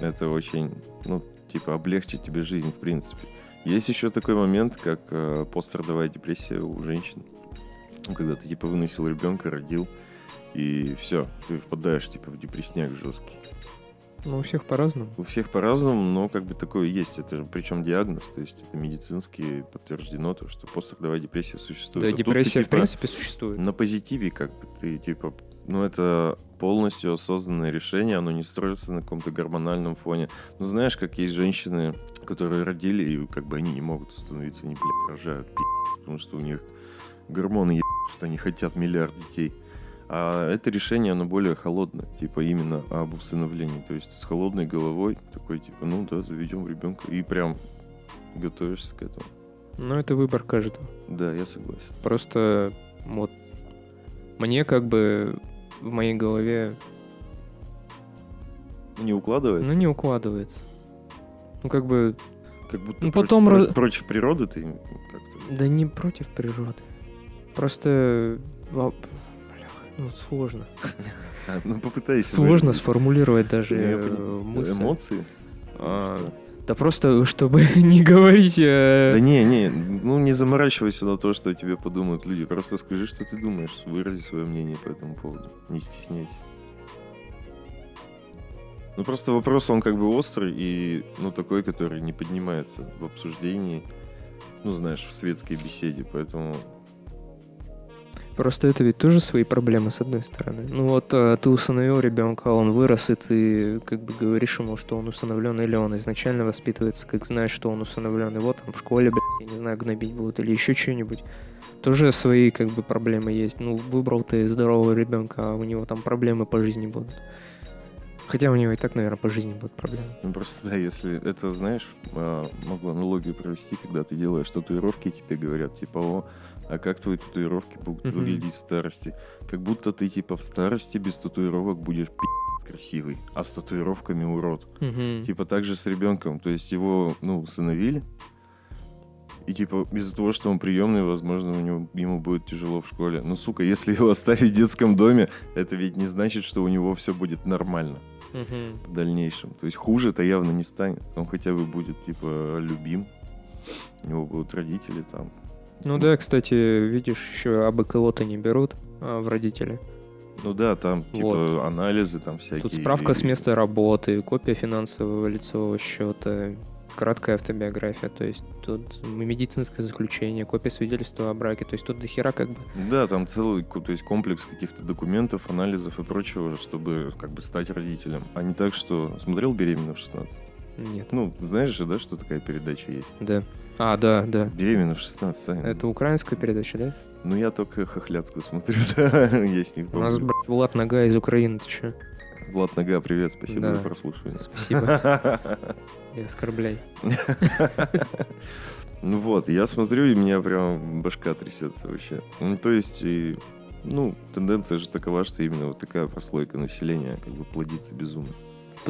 [SPEAKER 2] Это очень, ну, типа, облегчит тебе жизнь, в принципе. Есть еще такой момент, как э, пострадовая депрессия у женщин. Ну, Когда ты, типа, выносил ребенка, родил, и все, ты впадаешь, типа, в депрессняк жесткий.
[SPEAKER 1] Ну, у всех по-разному.
[SPEAKER 2] У всех по-разному, но как бы такое есть. Это же причем диагноз, то есть это медицински подтверждено, то, что пострадовая депрессия существует.
[SPEAKER 1] Да,
[SPEAKER 2] А тут ты,
[SPEAKER 1] депрессия в
[SPEAKER 2] типа,
[SPEAKER 1] принципе существует.
[SPEAKER 2] на позитиве, как бы ты типа, ну это полностью осознанное решение, оно не строится на каком-то гормональном фоне. Ну знаешь, как есть женщины, которые родили, и как бы они не могут остановиться, они, блядь, рожают, пи***, потому что у них гормоны еб***, что они хотят миллиард детей. А это решение, оно более холодное, типа именно об усыновлении. То есть с холодной головой такой, типа, ну да, заведем ребенка, и прям готовишься к этому.
[SPEAKER 1] Но это выбор каждого.
[SPEAKER 2] Да, я согласен.
[SPEAKER 1] Просто вот мне как бы в моей голове
[SPEAKER 2] Не укладывается?
[SPEAKER 1] ну не укладывается. Ну как бы
[SPEAKER 2] Как будто
[SPEAKER 1] Ну,
[SPEAKER 2] про-
[SPEAKER 1] потом
[SPEAKER 2] про-
[SPEAKER 1] раз-
[SPEAKER 2] против природы ты как-то.
[SPEAKER 1] да не против природы. Просто во- бляха, ну сложно.
[SPEAKER 2] А, ну попытайся.
[SPEAKER 1] Сложно
[SPEAKER 2] выразить.
[SPEAKER 1] сформулировать даже
[SPEAKER 2] Я
[SPEAKER 1] э,
[SPEAKER 2] понимаю.
[SPEAKER 1] мысль.
[SPEAKER 2] Эмоции.
[SPEAKER 1] А,
[SPEAKER 2] Что?
[SPEAKER 1] да просто чтобы не говорить. э,
[SPEAKER 2] Да не, не, ну не заморачивайся на то, что о тебе подумают люди. Просто скажи, что ты думаешь, вырази свое мнение по этому поводу. Не стесняйся. Ну просто вопрос, он как бы острый и, ну, такой, который не поднимается в обсуждении, ну, знаешь, в светской беседе, поэтому...
[SPEAKER 1] Просто это ведь тоже свои проблемы, с одной стороны. Ну вот э, ты усыновил ребенка, он вырос, и ты как бы говоришь ему, что он усыновлен, или он изначально воспитывается, как знаешь, что он усыновлен, его там в школе, блядь, я не знаю, гнобить будут, или еще что-нибудь. Тоже свои как бы проблемы есть. Ну, выбрал ты здорового ребенка, а у него там проблемы по жизни будут. Хотя у него и так, наверное, по жизни будут проблемы.
[SPEAKER 2] Ну, просто, да, если это, знаешь, а, могу аналогию провести, когда ты делаешь татуировки, и тебе говорят, типа, о, а как твои татуировки будут
[SPEAKER 1] Мгм.
[SPEAKER 2] выглядеть в старости? Как будто ты, типа, в старости без татуировок будешь пи***ц красивый, а с татуировками урод. Типа, так же с ребенком, то есть его, ну, усыновили, и, типа, из-за того, что он приемный, возможно, у него, ему будет тяжело в школе. Ну, сука, если его оставить в детском доме, это ведь не значит, что у него все будет нормально
[SPEAKER 1] Мгм.
[SPEAKER 2] в дальнейшем. То есть хуже это явно не станет. Он хотя бы будет, типа, любим. У него будут родители там.
[SPEAKER 1] Ну да, кстати, видишь, А еще абы кого-то не берут а, в родители.
[SPEAKER 2] Ну да, там, типа,
[SPEAKER 1] Вот.
[SPEAKER 2] анализы там всякие.
[SPEAKER 1] Тут справка с
[SPEAKER 2] И-
[SPEAKER 1] места работы, копия финансового лицевого счета, краткая автобиография, то есть тут медицинское заключение, копия свидетельства о браке, то есть тут дохера как бы.
[SPEAKER 2] Да, там целый ку- то есть комплекс каких-то документов, анализов и прочего, чтобы как бы стать родителем. А не так, что смотрел «Беременна в 16».
[SPEAKER 1] Нет.
[SPEAKER 2] Ну, знаешь же, да, что такая передача есть?
[SPEAKER 1] Да. А, да, да.
[SPEAKER 2] «Беременна в 16», Саня.
[SPEAKER 1] Это украинская передача, да?
[SPEAKER 2] Ну, я только хохляцкую смотрю, да, есть не
[SPEAKER 1] У нас,
[SPEAKER 2] помню.
[SPEAKER 1] блядь, Влад Нога из Украины, ты чё?
[SPEAKER 2] Влад Нога, привет, спасибо
[SPEAKER 1] Да.
[SPEAKER 2] за прослушивание.
[SPEAKER 1] Спасибо и оскорбляй.
[SPEAKER 2] Ну вот, я смотрю, и у меня прям башка трясется вообще. Ну, то есть, и, ну, тенденция же такова, что именно вот такая прослойка населения как бы плодится безумно.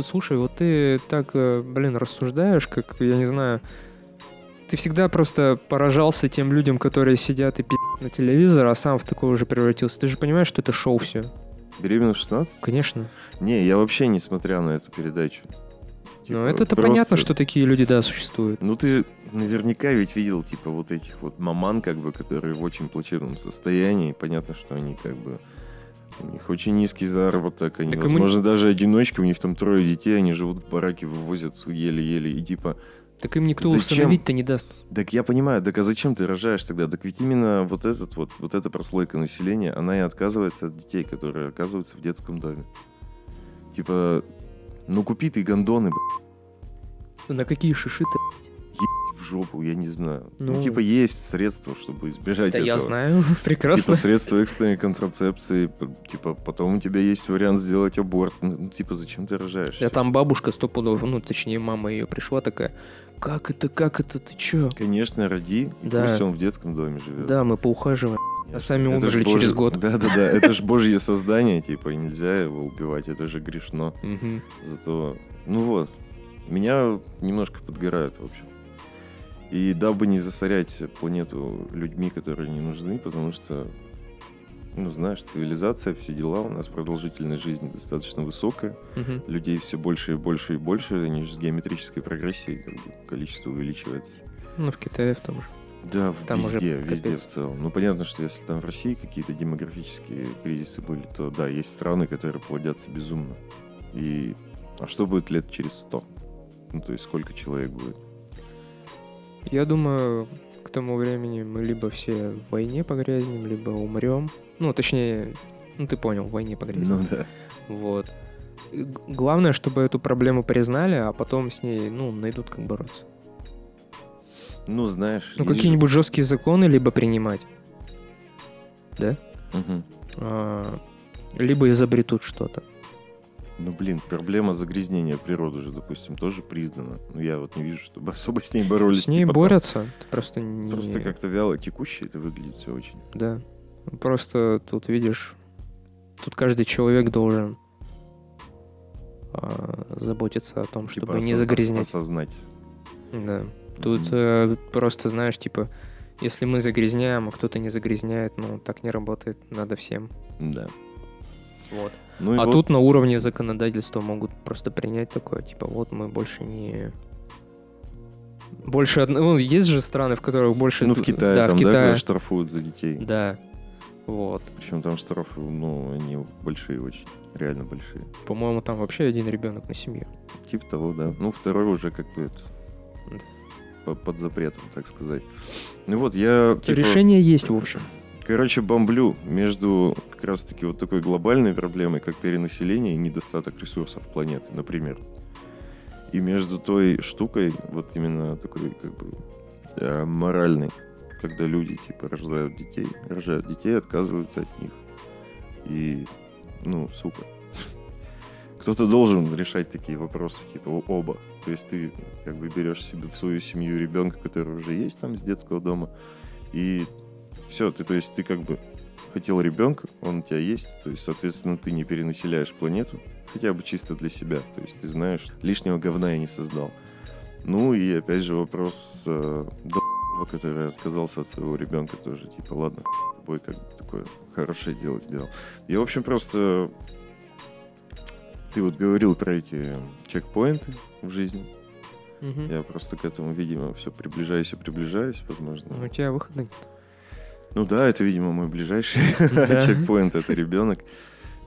[SPEAKER 1] Слушай, вот ты так, э, блин, рассуждаешь, как, я не знаю, ты всегда просто поражался тем людям, которые сидят и пи***т на телевизор, а сам в такого же превратился. Ты же понимаешь, что это шоу все.
[SPEAKER 2] Беременна в 16?
[SPEAKER 1] Конечно.
[SPEAKER 2] Не, я вообще не смотря на эту передачу. Типа,
[SPEAKER 1] Но Ну, это-то
[SPEAKER 2] просто-
[SPEAKER 1] понятно, что такие люди, да, существуют.
[SPEAKER 2] Ну, ты наверняка ведь видел, типа, вот этих вот маман, как бы, которые в очень плачевном состоянии. Понятно, что они, как бы, у них очень низкий заработок, они,
[SPEAKER 1] Так ему-
[SPEAKER 2] возможно, даже одиночки, у них там трое детей, они живут в бараке, вывозят еле-еле, и типа,
[SPEAKER 1] Так им никто
[SPEAKER 2] Зачем?
[SPEAKER 1] установить-то не даст.
[SPEAKER 2] Так я понимаю, так а зачем ты рожаешь тогда? Так ведь именно вот этот вот, вот эта прослойка населения, она и отказывается от детей, которые оказываются в детском доме. Типа, ну купи ты гондоны, б***ь,
[SPEAKER 1] На какие шиши ты?
[SPEAKER 2] в жопу, я не знаю. Ну,
[SPEAKER 1] Ну.
[SPEAKER 2] типа есть средства, чтобы избежать
[SPEAKER 1] Да
[SPEAKER 2] Типа этого.
[SPEAKER 1] я знаю, прекрасно.
[SPEAKER 2] Типа средства экстренной контрацепции, п- типа потом у тебя есть вариант сделать аборт. Ну, ну, типа зачем ты рожаешь?
[SPEAKER 1] Да там бабушка сто пудов, ну, точнее, мама ее пришла такая, как это, как это, ты чё?
[SPEAKER 2] Конечно, роди, и
[SPEAKER 1] Да.
[SPEAKER 2] пусть он в детском доме живет.
[SPEAKER 1] Да, мы поухаживаем. А сами
[SPEAKER 2] Это ж
[SPEAKER 1] умерли через год.
[SPEAKER 2] божье- Да-да-да, это же божье создание, типа, и нельзя его убивать, это же грешно.
[SPEAKER 1] Мгм.
[SPEAKER 2] Зато, ну вот, меня немножко подгорает, в общем. И дабы не засорять планету людьми, которые не нужны, потому что, ну, знаешь, цивилизация, все дела, у нас продолжительность жизни достаточно высокая,
[SPEAKER 1] Мгм.
[SPEAKER 2] людей все больше и больше и больше, они же с геометрической прогрессией как бы, количество увеличивается.
[SPEAKER 1] Ну, в Китае в том же.
[SPEAKER 2] Да, в-
[SPEAKER 1] Там уже
[SPEAKER 2] везде, везде
[SPEAKER 1] капец.
[SPEAKER 2] в целом. Ну, понятно, что если там в России какие-то демографические кризисы были, то да, есть страны, которые плодятся безумно. И... А что будет лет через сто? Ну, то есть сколько человек будет?
[SPEAKER 1] Я думаю, к тому времени мы либо все в войне погрязнем, либо умрем. Ну, точнее, ну ты понял, в войне погрязнем.
[SPEAKER 2] Ну да.
[SPEAKER 1] Вот. И г- Главное, чтобы эту проблему признали, а потом с ней, ну, найдут как бороться.
[SPEAKER 2] Ну, знаешь...
[SPEAKER 1] Ну,
[SPEAKER 2] есть же-
[SPEAKER 1] какие-нибудь жесткие законы либо принимать,
[SPEAKER 2] Мгм.
[SPEAKER 1] а, либо изобретут что-то.
[SPEAKER 2] Ну, блин, проблема загрязнения природы же, допустим, тоже признана. Но я вот не вижу, чтобы особо с ней боролись.
[SPEAKER 1] С ней
[SPEAKER 2] типа там.
[SPEAKER 1] борются, ты просто не...
[SPEAKER 2] Просто как-то вяло текуще это выглядит все очень.
[SPEAKER 1] Да. Просто тут видишь, тут каждый человек должен а, заботиться о том, чтобы
[SPEAKER 2] Типа,
[SPEAKER 1] не
[SPEAKER 2] осоз-
[SPEAKER 1] загрязнять.
[SPEAKER 2] Осознать.
[SPEAKER 1] Да. Тут
[SPEAKER 2] Мгм.
[SPEAKER 1] э, просто, знаешь, типа, если мы загрязняем, а кто-то не загрязняет, ну, так не работает, надо всем.
[SPEAKER 2] Да.
[SPEAKER 1] Вот.
[SPEAKER 2] Ну, и
[SPEAKER 1] а
[SPEAKER 2] вот-
[SPEAKER 1] тут на уровне законодательства могут просто принять такое, типа, вот мы больше не... Больше одно... Ну, есть же страны, в которых больше...
[SPEAKER 2] Ну, в Китае
[SPEAKER 1] да,
[SPEAKER 2] там,
[SPEAKER 1] в
[SPEAKER 2] да,
[SPEAKER 1] Китае.
[SPEAKER 2] когда штрафуют за детей.
[SPEAKER 1] Да. Вот.
[SPEAKER 2] Причем там штрафы, ну, они большие очень, реально большие.
[SPEAKER 1] По-моему, там вообще один ребенок на семью.
[SPEAKER 2] Типа того, да. Ну, второй уже как бы это,
[SPEAKER 1] Да.
[SPEAKER 2] по- под запретом, так сказать. Ну вот, я... типа,
[SPEAKER 1] Решение есть, в общем.
[SPEAKER 2] Короче, бомблю между как раз-таки вот такой глобальной проблемой, как перенаселение и недостаток ресурсов планеты, например. И между той штукой, вот именно такой как бы э, моральной, когда люди типа рождают детей, рожают детей, отказываются от них. И, ну, сука. кто-то должен решать такие вопросы, типа о- оба. То есть ты как бы берешь себе в свою семью ребенка, который уже есть там с детского дома, и все, ты, то есть ты как бы хотел ребенка, он у тебя есть, то есть, соответственно, ты не перенаселяешь планету, хотя бы чисто для себя, то есть ты знаешь, лишнего говна я не создал. Ну и опять же вопрос э, до***ба, который отказался от своего ребенка тоже, типа, ладно, хуй с тобой как бы такое хорошее дело сделал. И, в общем, просто ты вот говорил про эти чекпоинты в жизни.
[SPEAKER 1] Мгм.
[SPEAKER 2] Я просто к этому, видимо, все приближаюсь и приближаюсь, возможно.
[SPEAKER 1] Ну, У тебя выходный.
[SPEAKER 2] Ну да, это, видимо, мой ближайший
[SPEAKER 1] Да.
[SPEAKER 2] чекпоинт, это ребенок.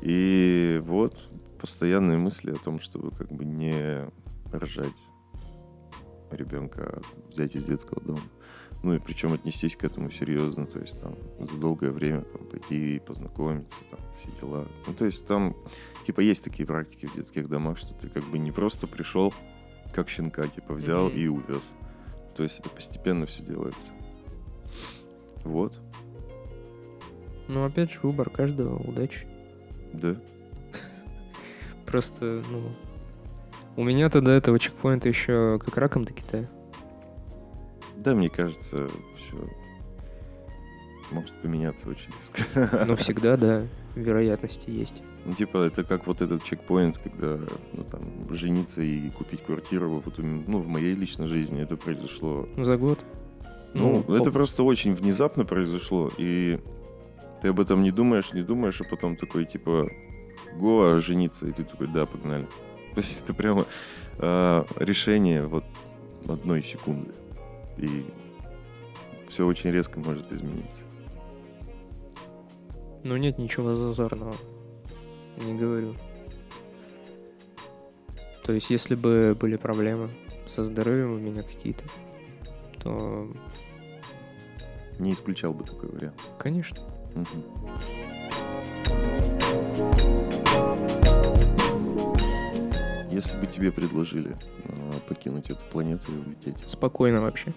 [SPEAKER 2] И вот постоянные мысли о том, чтобы как бы не рожать ребенка, а взять из детского дома. Ну и причем отнестись к этому серьезно, то есть там за долгое время там, пойти и познакомиться, там все дела. Ну то есть там типа есть такие практики в детских домах, что ты как бы не просто пришел, как щенка, типа взял
[SPEAKER 1] Мгм.
[SPEAKER 2] и увез. То есть это постепенно все делается. Вот,
[SPEAKER 1] Ну, опять же, выбор каждого, удачи.
[SPEAKER 2] да.
[SPEAKER 1] Просто, ну... У меня-то до этого чекпоинта еще как раком до Китая.
[SPEAKER 2] Да, мне кажется, все может поменяться очень резко.
[SPEAKER 1] Но Ну, всегда, да, вероятности есть.
[SPEAKER 2] Ну, типа, это как вот этот чекпоинт, когда, ну, там, жениться и купить квартиру, вот, у м- ну, в моей личной жизни это произошло.
[SPEAKER 1] Ну, За год.
[SPEAKER 2] Ну,
[SPEAKER 1] Ну,
[SPEAKER 2] это
[SPEAKER 1] оп.
[SPEAKER 2] просто очень внезапно произошло, и ты об этом не думаешь, не думаешь, а потом такой, типа, го, а жениться, и ты такой, да, погнали. То есть это прямо а, решение вот одной секунды, и все очень резко может измениться.
[SPEAKER 1] Ну, нет ничего зазорного. Не говорю. То есть, если бы были проблемы со здоровьем у меня какие-то, то,
[SPEAKER 2] Не исключал бы такой вариант.
[SPEAKER 1] конечно,
[SPEAKER 2] Мгм. Если бы тебе предложили э, покинуть эту планету и улететь.
[SPEAKER 1] спокойно вообще.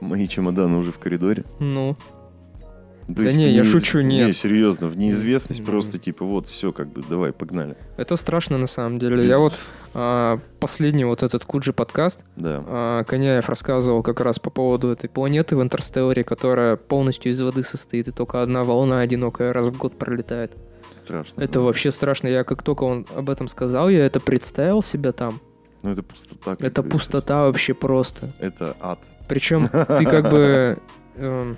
[SPEAKER 2] Мои чемоданы уже в коридоре.
[SPEAKER 1] Ну,
[SPEAKER 2] То
[SPEAKER 1] Да
[SPEAKER 2] есть
[SPEAKER 1] не, я
[SPEAKER 2] неиз-
[SPEAKER 1] шучу,
[SPEAKER 2] Не,
[SPEAKER 1] нет.
[SPEAKER 2] серьезно, в неизвестность
[SPEAKER 1] Мгм.
[SPEAKER 2] просто типа вот, все, как бы, давай, погнали.
[SPEAKER 1] это страшно на самом деле. Я вот а, последний вот этот Куджи подкаст
[SPEAKER 2] Да.
[SPEAKER 1] А, Коняев рассказывал как раз по поводу этой планеты в Интерстелларе, которая полностью из воды состоит, и только одна волна одинокая раз в год пролетает.
[SPEAKER 2] Страшно.
[SPEAKER 1] Это
[SPEAKER 2] да.
[SPEAKER 1] вообще страшно. Я как только он об этом сказал, я это представил себя там.
[SPEAKER 2] Ну это пустота. как
[SPEAKER 1] Это
[SPEAKER 2] бы,
[SPEAKER 1] пустота вообще просто.
[SPEAKER 2] то есть Это ад.
[SPEAKER 1] Причем ты как бы... эм,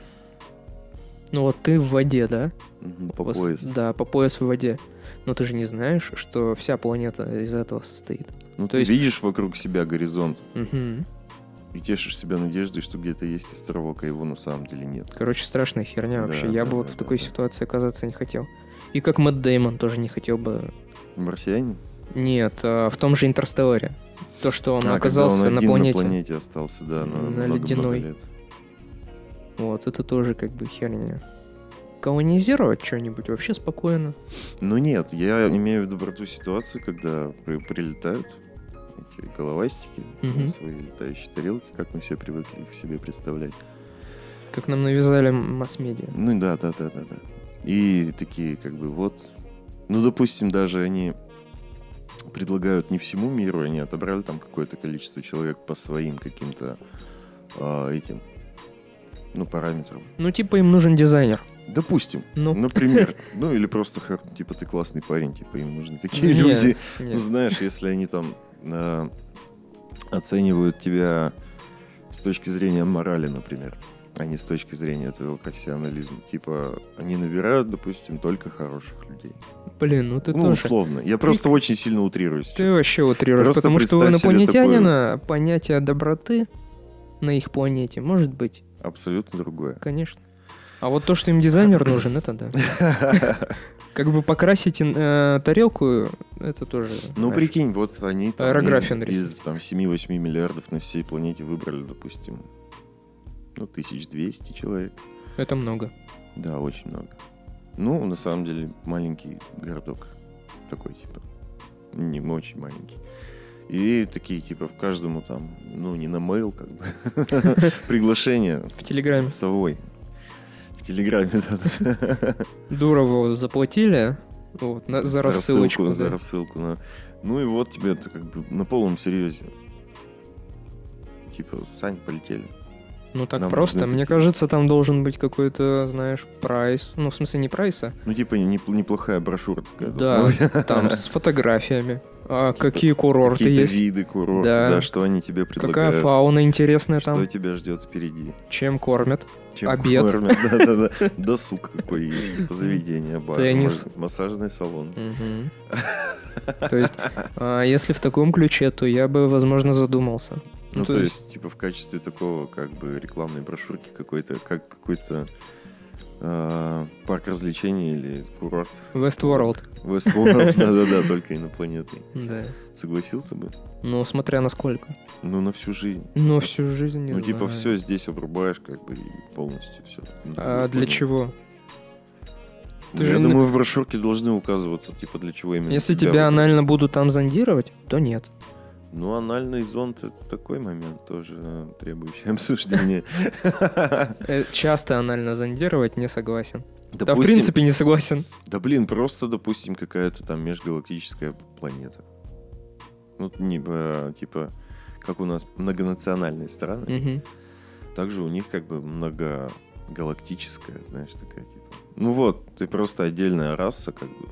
[SPEAKER 1] ну вот ты в воде, да?
[SPEAKER 2] Мгм, По
[SPEAKER 1] Вот с-
[SPEAKER 2] пояс.
[SPEAKER 1] Да, по пояс в воде. Но ты же не знаешь, что вся планета из этого состоит.
[SPEAKER 2] Ну
[SPEAKER 1] то
[SPEAKER 2] ты
[SPEAKER 1] есть-
[SPEAKER 2] видишь вокруг себя горизонт
[SPEAKER 1] Мгм.
[SPEAKER 2] и тешишь себя надеждой, что где-то есть островок, а его на самом деле нет.
[SPEAKER 1] Короче, страшная херня вообще.
[SPEAKER 2] Да,
[SPEAKER 1] Я
[SPEAKER 2] да,
[SPEAKER 1] бы вот
[SPEAKER 2] да,
[SPEAKER 1] в
[SPEAKER 2] да,
[SPEAKER 1] такой
[SPEAKER 2] да.
[SPEAKER 1] ситуации оказаться не хотел. И как Мэтт Деймон тоже не хотел бы.
[SPEAKER 2] Марсианин?
[SPEAKER 1] Нет, а в том же Интерстелларе. То, что он
[SPEAKER 2] А, когда
[SPEAKER 1] оказался
[SPEAKER 2] он
[SPEAKER 1] на
[SPEAKER 2] один
[SPEAKER 1] планете.
[SPEAKER 2] на планете остался, да,
[SPEAKER 1] На
[SPEAKER 2] на, много-много
[SPEAKER 1] ледяной.
[SPEAKER 2] лет.
[SPEAKER 1] Вот, это тоже как бы херня. Колонизировать что-нибудь вообще спокойно.
[SPEAKER 2] Ну нет, я имею в виду про ту ситуацию, когда при- прилетают эти головастики
[SPEAKER 1] Мгм.
[SPEAKER 2] на свои летающие тарелки, как мы все привыкли их себе представлять.
[SPEAKER 1] Как нам навязали масс-медиа.
[SPEAKER 2] Ну да, да, да, да, да. И такие, как бы, вот. Ну, допустим, даже они предлагают не всему миру, они отобрали там какое-то количество человек по своим каким-то а, этим, ну, параметрам.
[SPEAKER 1] Ну, типа, им нужен дизайнер.
[SPEAKER 2] Допустим,
[SPEAKER 1] Ну,
[SPEAKER 2] например, ну или просто хар- типа ты классный парень, типа им нужны такие
[SPEAKER 1] Не,
[SPEAKER 2] люди.
[SPEAKER 1] нет.
[SPEAKER 2] Ну, знаешь, если они там э, оценивают тебя с точки зрения морали, например, а не с точки зрения твоего профессионализма. Типа, они набирают, допустим, только хороших людей.
[SPEAKER 1] блин, ну ты
[SPEAKER 2] ну,
[SPEAKER 1] тоже.
[SPEAKER 2] условно. Я просто очень сильно утрирую
[SPEAKER 1] Ты
[SPEAKER 2] сейчас.
[SPEAKER 1] вообще утрируешь,
[SPEAKER 2] Просто
[SPEAKER 1] потому что у
[SPEAKER 2] представь себе
[SPEAKER 1] инопланетянина понятие доброты на их планете может быть,
[SPEAKER 2] Абсолютно другое.
[SPEAKER 1] конечно. А вот то, что им дизайнер нужен, это да. Как бы покрасить э, тарелку, это тоже.
[SPEAKER 2] Ну,
[SPEAKER 1] знаешь.
[SPEAKER 2] прикинь, вот они там
[SPEAKER 1] Аэрографию
[SPEAKER 2] из,
[SPEAKER 1] нарисовать.
[SPEAKER 2] из, там 7-8 миллиардов на всей планете выбрали, допустим, ну, 1200 человек.
[SPEAKER 1] Это много.
[SPEAKER 2] Да, очень много. Ну, на самом деле, маленький городок. Такой, типа, не очень маленький. И такие, типа, в каждому там, ну, не на мейл, как бы, приглашение
[SPEAKER 1] В Телеграме.
[SPEAKER 2] совой. В Телеграме, да.
[SPEAKER 1] Дурову заплатили Вот, на- за рассылочку.
[SPEAKER 2] За
[SPEAKER 1] да.
[SPEAKER 2] рассылку, да. Ну и вот тебе это как бы на полном серьезе. Типа, Сань, полетели.
[SPEAKER 1] Ну так
[SPEAKER 2] Нам
[SPEAKER 1] просто.
[SPEAKER 2] нужны
[SPEAKER 1] Мне
[SPEAKER 2] такие.
[SPEAKER 1] кажется, там должен быть какой-то, знаешь, прайс. Ну, в смысле, не прайса.
[SPEAKER 2] Ну, типа, не- неплохая брошюра какая-то.
[SPEAKER 1] Да,
[SPEAKER 2] Ну,
[SPEAKER 1] там с фотографиями. А какие курорты
[SPEAKER 2] Типа Какие-то
[SPEAKER 1] есть?
[SPEAKER 2] виды курорты,
[SPEAKER 1] Да.
[SPEAKER 2] да. что они тебе
[SPEAKER 1] Какая
[SPEAKER 2] предлагают.
[SPEAKER 1] фауна интересная
[SPEAKER 2] что
[SPEAKER 1] там?
[SPEAKER 2] тебя ждет впереди.
[SPEAKER 1] Чем кормят?
[SPEAKER 2] Чем
[SPEAKER 1] Обед.
[SPEAKER 2] кормят. Да-да-да. Досуг какой есть, типа заведение, бар,
[SPEAKER 1] Теннис.
[SPEAKER 2] мас- массажный салон. Ну,
[SPEAKER 1] То есть, а, если в таком ключе, то я бы, возможно, задумался.
[SPEAKER 2] Ну, то, есть, типа, в качестве такого, как бы, рекламной брошюрки какой-то, как какой-то э, парк развлечений или курорт.
[SPEAKER 1] Westworld.
[SPEAKER 2] Westworld, да-да-да, только инопланетный.
[SPEAKER 1] Да.
[SPEAKER 2] Согласился бы?
[SPEAKER 1] Ну, смотря на сколько.
[SPEAKER 2] Ну, на всю жизнь.
[SPEAKER 1] Но всю жизнь не
[SPEAKER 2] ну, типа,
[SPEAKER 1] знаю.
[SPEAKER 2] все здесь обрубаешь, как бы, и полностью Ну, все.
[SPEAKER 1] А для чего? Ты
[SPEAKER 2] я
[SPEAKER 1] же на-
[SPEAKER 2] думаю, в брошюрке должны указываться, типа, для чего именно.
[SPEAKER 1] Если тебя
[SPEAKER 2] выбрали.
[SPEAKER 1] анально будут там зондировать, то нет.
[SPEAKER 2] Ну, анальный зонд — это такой момент, тоже э, требующий обсуждения.
[SPEAKER 1] Э, Часто анально зондировать не согласен. Да, в
[SPEAKER 2] Допустим-
[SPEAKER 1] принципе, не согласен.
[SPEAKER 2] Да, блин, просто, допустим, какая-то там межгалактическая планета. Ну, не, э, типа, как у нас многонациональные страны,
[SPEAKER 1] Мгм.
[SPEAKER 2] также у них как бы многогалактическая, знаешь, такая типа. Ну вот, ты просто отдельная раса, как бы.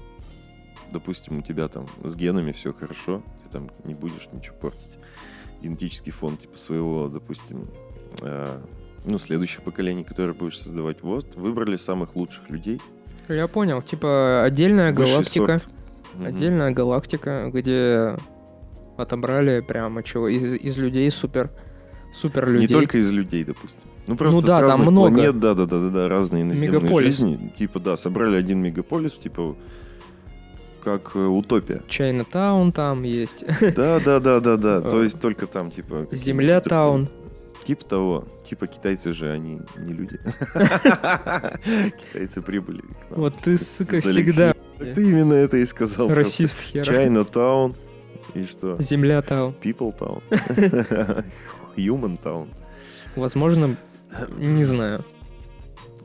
[SPEAKER 2] Допустим, у тебя там с генами все хорошо, ты там не будешь ничего портить. Генетический фон типа своего, допустим, э, ну, следующих поколений, которые будешь создавать. Вот, выбрали самых лучших людей.
[SPEAKER 1] Я понял. Типа отдельная
[SPEAKER 2] Высший
[SPEAKER 1] галактика.
[SPEAKER 2] сорт. Мгм.
[SPEAKER 1] Отдельная галактика, где отобрали прямо чего из, из людей супер супер людей.
[SPEAKER 2] Не только из людей, допустим. Ну просто
[SPEAKER 1] да,
[SPEAKER 2] с
[SPEAKER 1] там
[SPEAKER 2] разных
[SPEAKER 1] много.
[SPEAKER 2] планет, да, да, да, да, да, разные наземные
[SPEAKER 1] Мегаполис.
[SPEAKER 2] жизни. Типа, да, собрали один мегаполис, типа как э, утопия.
[SPEAKER 1] Чайна-таун там есть,
[SPEAKER 2] Да, да, да, да, да.
[SPEAKER 1] А.
[SPEAKER 2] То есть только там, типа. какие-нибудь
[SPEAKER 1] Земля-таун.
[SPEAKER 2] другие. Типа того. Типа китайцы же, они не люди. Китайцы прибыли. к нам
[SPEAKER 1] Вот ты,
[SPEAKER 2] с-
[SPEAKER 1] сука,
[SPEAKER 2] сдалека.
[SPEAKER 1] всегда
[SPEAKER 2] Так ты именно это и сказал.
[SPEAKER 1] расист хера.
[SPEAKER 2] Чайна Таун. И что?
[SPEAKER 1] Земля-таун.
[SPEAKER 2] People Town. Human Town.
[SPEAKER 1] Возможно, не знаю.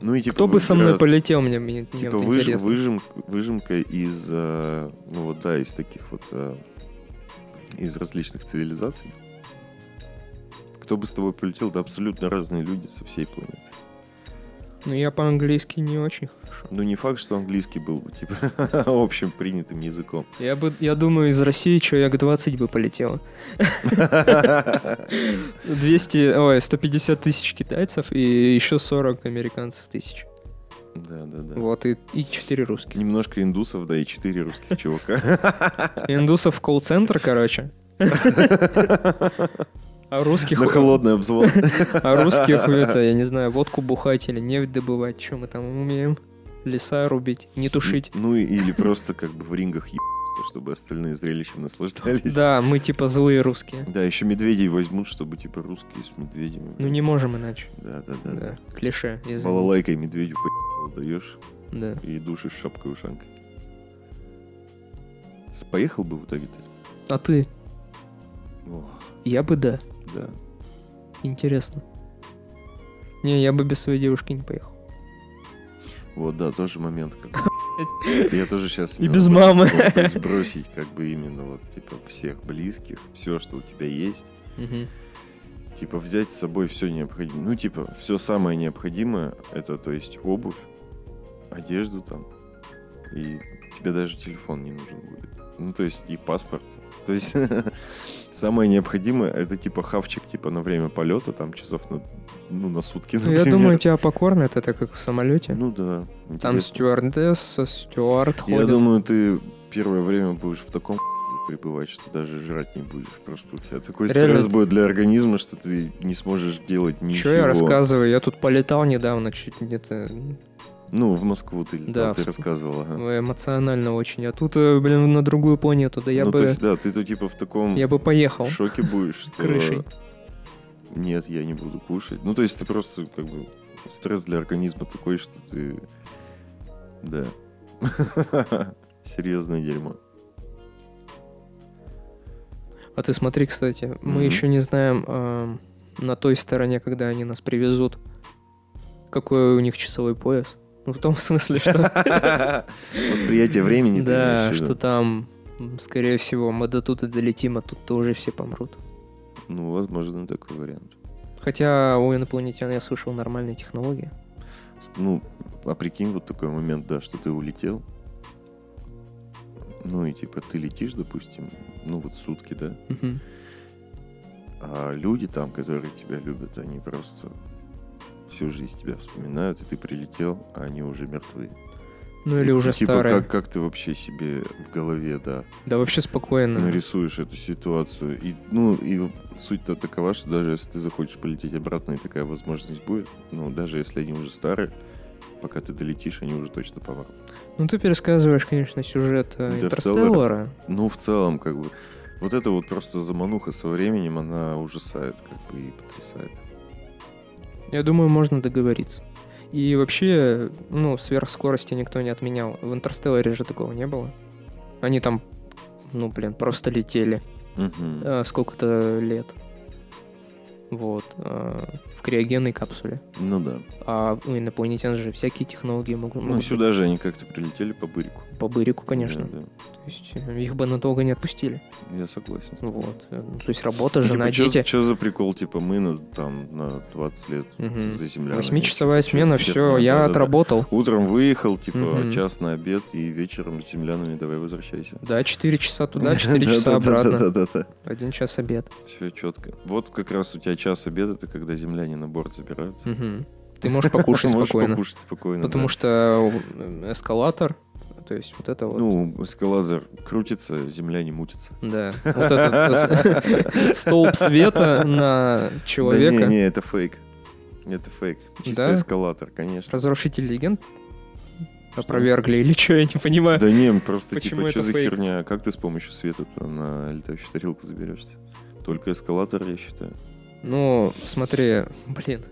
[SPEAKER 2] Ну и типа.
[SPEAKER 1] Кто бы со мной
[SPEAKER 2] выбирают-
[SPEAKER 1] полетел, мне, мне мне
[SPEAKER 2] Типа
[SPEAKER 1] вот
[SPEAKER 2] выж-
[SPEAKER 1] интересно.
[SPEAKER 2] выжим- выжимка из, э, ну вот да, из таких вот, э, из различных цивилизаций. Кто бы с тобой полетел, это абсолютно разные люди со всей планеты.
[SPEAKER 1] Ну, я по-английски не очень хорошо.
[SPEAKER 2] Ну не факт, что английский был бы, типа, общим принятым языком.
[SPEAKER 1] Я, бы, я думаю, из России человек 20 бы полетело. 200, ой, 150 тысяч китайцев и еще 40 американцев тысяч.
[SPEAKER 2] Да-да-да.
[SPEAKER 1] Вот, и, и 4 русских.
[SPEAKER 2] Немножко индусов, да, и четыре русских чувака.
[SPEAKER 1] Индусов в колл-центр, короче. А русских,
[SPEAKER 2] На холодный обзвон.
[SPEAKER 1] а русских это, я не знаю, водку бухать или нефть добывать, что мы там умеем. Леса рубить, не тушить.
[SPEAKER 2] Ну и- или просто как бы в рингах ебаться, чтобы остальные зрелищем наслаждались.
[SPEAKER 1] Да, мы типа злые русские.
[SPEAKER 2] Да, еще медведей возьмут, чтобы типа русские с медведями.
[SPEAKER 1] Ну не можем иначе.
[SPEAKER 2] Да, да, да.
[SPEAKER 1] Да, клише. извините.
[SPEAKER 2] Балалайкой медведю по***лу даешь
[SPEAKER 1] Да.
[SPEAKER 2] и душишь шапкой ушанкой. С- Поехал бы в итоге ты?
[SPEAKER 1] А ты?
[SPEAKER 2] О,
[SPEAKER 1] Я бы да.
[SPEAKER 2] да.
[SPEAKER 1] Интересно. Не, я бы без своей девушки не поехал.
[SPEAKER 2] Вот, да, тоже момент. Как бы. Я тоже сейчас...
[SPEAKER 1] И без мамы.
[SPEAKER 2] То есть бросить как бы именно вот типа всех близких, все, что у тебя есть.
[SPEAKER 1] Мгм.
[SPEAKER 2] Типа взять с собой все необходимое. Ну, типа, все самое необходимое, это то есть обувь, одежду там. И тебе даже телефон не нужен будет. Ну, то есть и паспорт. То есть самое необходимое это типа хавчик, типа на время полета, там часов на, ну, на сутки,
[SPEAKER 1] Ну, Я
[SPEAKER 2] например.
[SPEAKER 1] думаю, тебя покормят, это как в самолете.
[SPEAKER 2] Ну да.
[SPEAKER 1] Там
[SPEAKER 2] интересно.
[SPEAKER 1] стюардесса, стюард
[SPEAKER 2] Я
[SPEAKER 1] ходит.
[SPEAKER 2] думаю, ты первое время будешь в таком пребывать, что даже жрать не будешь. Просто у тебя такой
[SPEAKER 1] Реально.
[SPEAKER 2] стресс будет для организма, что ты не сможешь делать ничего.
[SPEAKER 1] Че я рассказываю? Я тут полетал недавно, чуть где-то
[SPEAKER 2] Ну, в Москву ты, летал,
[SPEAKER 1] Да,
[SPEAKER 2] ты
[SPEAKER 1] в- Ну,
[SPEAKER 2] рассказывала. ага.
[SPEAKER 1] эмоционально очень. А тут, э, блин, на другую планету. Да я
[SPEAKER 2] ну, то
[SPEAKER 1] бы
[SPEAKER 2] есть, да, ты тут типа в таком
[SPEAKER 1] я бы поехал.
[SPEAKER 2] шоке будешь, что...
[SPEAKER 1] Крышей.
[SPEAKER 2] Нет, я не буду кушать. Ну, то есть, ты просто как бы... Стресс для организма такой, что ты... Да. Серьезное дерьмо.
[SPEAKER 1] А ты смотри, кстати, мы
[SPEAKER 2] Мгм.
[SPEAKER 1] еще не знаем эм, на той стороне, когда они нас привезут, какой у них часовой пояс. Ну, в том смысле, что...
[SPEAKER 2] Восприятие времени. ты
[SPEAKER 1] Да,
[SPEAKER 2] имеешь в виду?
[SPEAKER 1] что там, м, скорее всего, мы до тут и долетим, а тут тоже все помрут.
[SPEAKER 2] Ну, возможно, такой вариант.
[SPEAKER 1] Хотя у инопланетян я слышал нормальные технологии.
[SPEAKER 2] Ну, а прикинь, вот такой момент, да, что ты улетел. Ну и типа ты летишь, допустим, ну вот сутки, да? А люди там, которые тебя любят, они просто всю жизнь тебя вспоминают, и ты прилетел, а они уже мертвы.
[SPEAKER 1] Ну или
[SPEAKER 2] И,
[SPEAKER 1] уже
[SPEAKER 2] типа,
[SPEAKER 1] старые.
[SPEAKER 2] Как, как ты вообще себе в голове, да,
[SPEAKER 1] Да вообще спокойно.
[SPEAKER 2] нарисуешь эту ситуацию? И, ну, и суть-то такова, что даже если ты захочешь полететь обратно, и такая возможность будет, ну, даже если они уже старые, пока ты долетишь, они уже точно помрут.
[SPEAKER 1] Ну ты пересказываешь, конечно, сюжет э,
[SPEAKER 2] Интерстеллара.
[SPEAKER 1] Интерстеллара.
[SPEAKER 2] Ну, в целом, как бы, вот это вот просто замануха со временем, она ужасает, как бы, и потрясает.
[SPEAKER 1] Я думаю, можно договориться. И вообще, ну, сверхскорости никто не отменял. В Интерстелларе же такого не было. Они там, ну, блин, просто летели
[SPEAKER 2] Мгм.
[SPEAKER 1] э, сколько-то лет. Вот. э, в криогенной капсуле.
[SPEAKER 2] Ну да.
[SPEAKER 1] А у инопланетян же всякие технологии могут,
[SPEAKER 2] Ну,
[SPEAKER 1] могут
[SPEAKER 2] сюда же они как-то прилетели по бырику.
[SPEAKER 1] быть. по Бырику, конечно.
[SPEAKER 2] Да, да.
[SPEAKER 1] То есть э, их бы надолго не отпустили.
[SPEAKER 2] Я согласен.
[SPEAKER 1] Вот. Э, ну, То есть работа, жена, дети.
[SPEAKER 2] Что Типа, за прикол, типа, мы на, там на 20 лет
[SPEAKER 1] Мгм.
[SPEAKER 2] заземляли.
[SPEAKER 1] Восьмичасовая смена,
[SPEAKER 2] Чё,
[SPEAKER 1] все,
[SPEAKER 2] да, да,
[SPEAKER 1] я
[SPEAKER 2] да.
[SPEAKER 1] отработал.
[SPEAKER 2] Утром выехал, типа,
[SPEAKER 1] Мгм.
[SPEAKER 2] час на обед, и вечером с землянами давай возвращайся.
[SPEAKER 1] Да, 4 часа туда, 4 часа обратно.
[SPEAKER 2] Да-да-да.
[SPEAKER 1] Один час обед.
[SPEAKER 2] Все четко. Вот как раз у тебя час обеда, это когда земляне на борт забираются.
[SPEAKER 1] Мгм. Ты можешь покушать
[SPEAKER 2] Можешь
[SPEAKER 1] спокойно.
[SPEAKER 2] покушать спокойно.
[SPEAKER 1] Потому
[SPEAKER 2] да.
[SPEAKER 1] что э, эскалатор, то есть вот это вот.
[SPEAKER 2] Ну, эскалатор крутится, земляне мутятся.
[SPEAKER 1] Да, вот этот э, столб света на
[SPEAKER 2] Да не,
[SPEAKER 1] человека.
[SPEAKER 2] не, это фейк. Это фейк. Чисто
[SPEAKER 1] Да?
[SPEAKER 2] эскалатор, конечно.
[SPEAKER 1] Разрушитель легенд
[SPEAKER 2] Что?
[SPEAKER 1] опровергли или что, я не понимаю.
[SPEAKER 2] Да не, просто
[SPEAKER 1] Почему
[SPEAKER 2] типа,
[SPEAKER 1] это
[SPEAKER 2] что за
[SPEAKER 1] фейк?
[SPEAKER 2] херня? Как ты с помощью света-то на летающую тарелку заберешься? Только эскалатор, я считаю.
[SPEAKER 1] Ну, смотри, блин.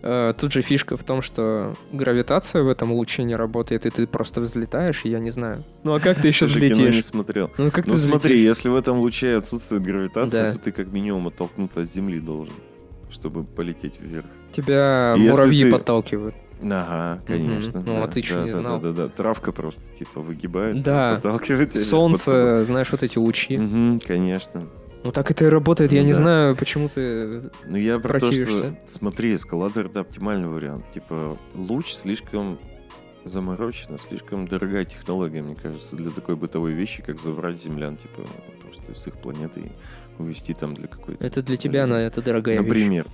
[SPEAKER 1] Э, Тут же фишка в том, что гравитация в этом луче не работает, и ты просто взлетаешь, и я не знаю. Ну а как ты еще
[SPEAKER 2] Ты же кино не
[SPEAKER 1] взлетишь?
[SPEAKER 2] смотрел.
[SPEAKER 1] Ну как ты
[SPEAKER 2] Ну смотри,
[SPEAKER 1] взлетишь?
[SPEAKER 2] если в этом луче отсутствует гравитация,
[SPEAKER 1] Да.
[SPEAKER 2] то ты как минимум оттолкнуться от земли должен, чтобы полететь вверх.
[SPEAKER 1] Тебя
[SPEAKER 2] Если
[SPEAKER 1] муравьи
[SPEAKER 2] ты-
[SPEAKER 1] подталкивают.
[SPEAKER 2] Ага, конечно.
[SPEAKER 1] Мгм. Ну, а
[SPEAKER 2] да,
[SPEAKER 1] ты чё
[SPEAKER 2] да,
[SPEAKER 1] не
[SPEAKER 2] да,
[SPEAKER 1] знал?
[SPEAKER 2] Да, да, да. Травка просто типа выгибается,
[SPEAKER 1] Да.
[SPEAKER 2] подталкивает тебя под собой.
[SPEAKER 1] Солнце, знаешь, вот эти лучи.
[SPEAKER 2] Мгм, конечно.
[SPEAKER 1] Ну так это и работает, я
[SPEAKER 2] Ну
[SPEAKER 1] не
[SPEAKER 2] да.
[SPEAKER 1] знаю, почему ты...
[SPEAKER 2] Ну я про то, что...
[SPEAKER 1] Противишься.
[SPEAKER 2] Смотри, эскалатор это оптимальный вариант. Типа луч слишком заморочена, слишком дорогая технология, мне кажется, для такой бытовой вещи, как забрать землян, типа, просто с их планеты и увезти там для какой-то...
[SPEAKER 1] Это для тебя, на это дорогая вещь.
[SPEAKER 2] Например,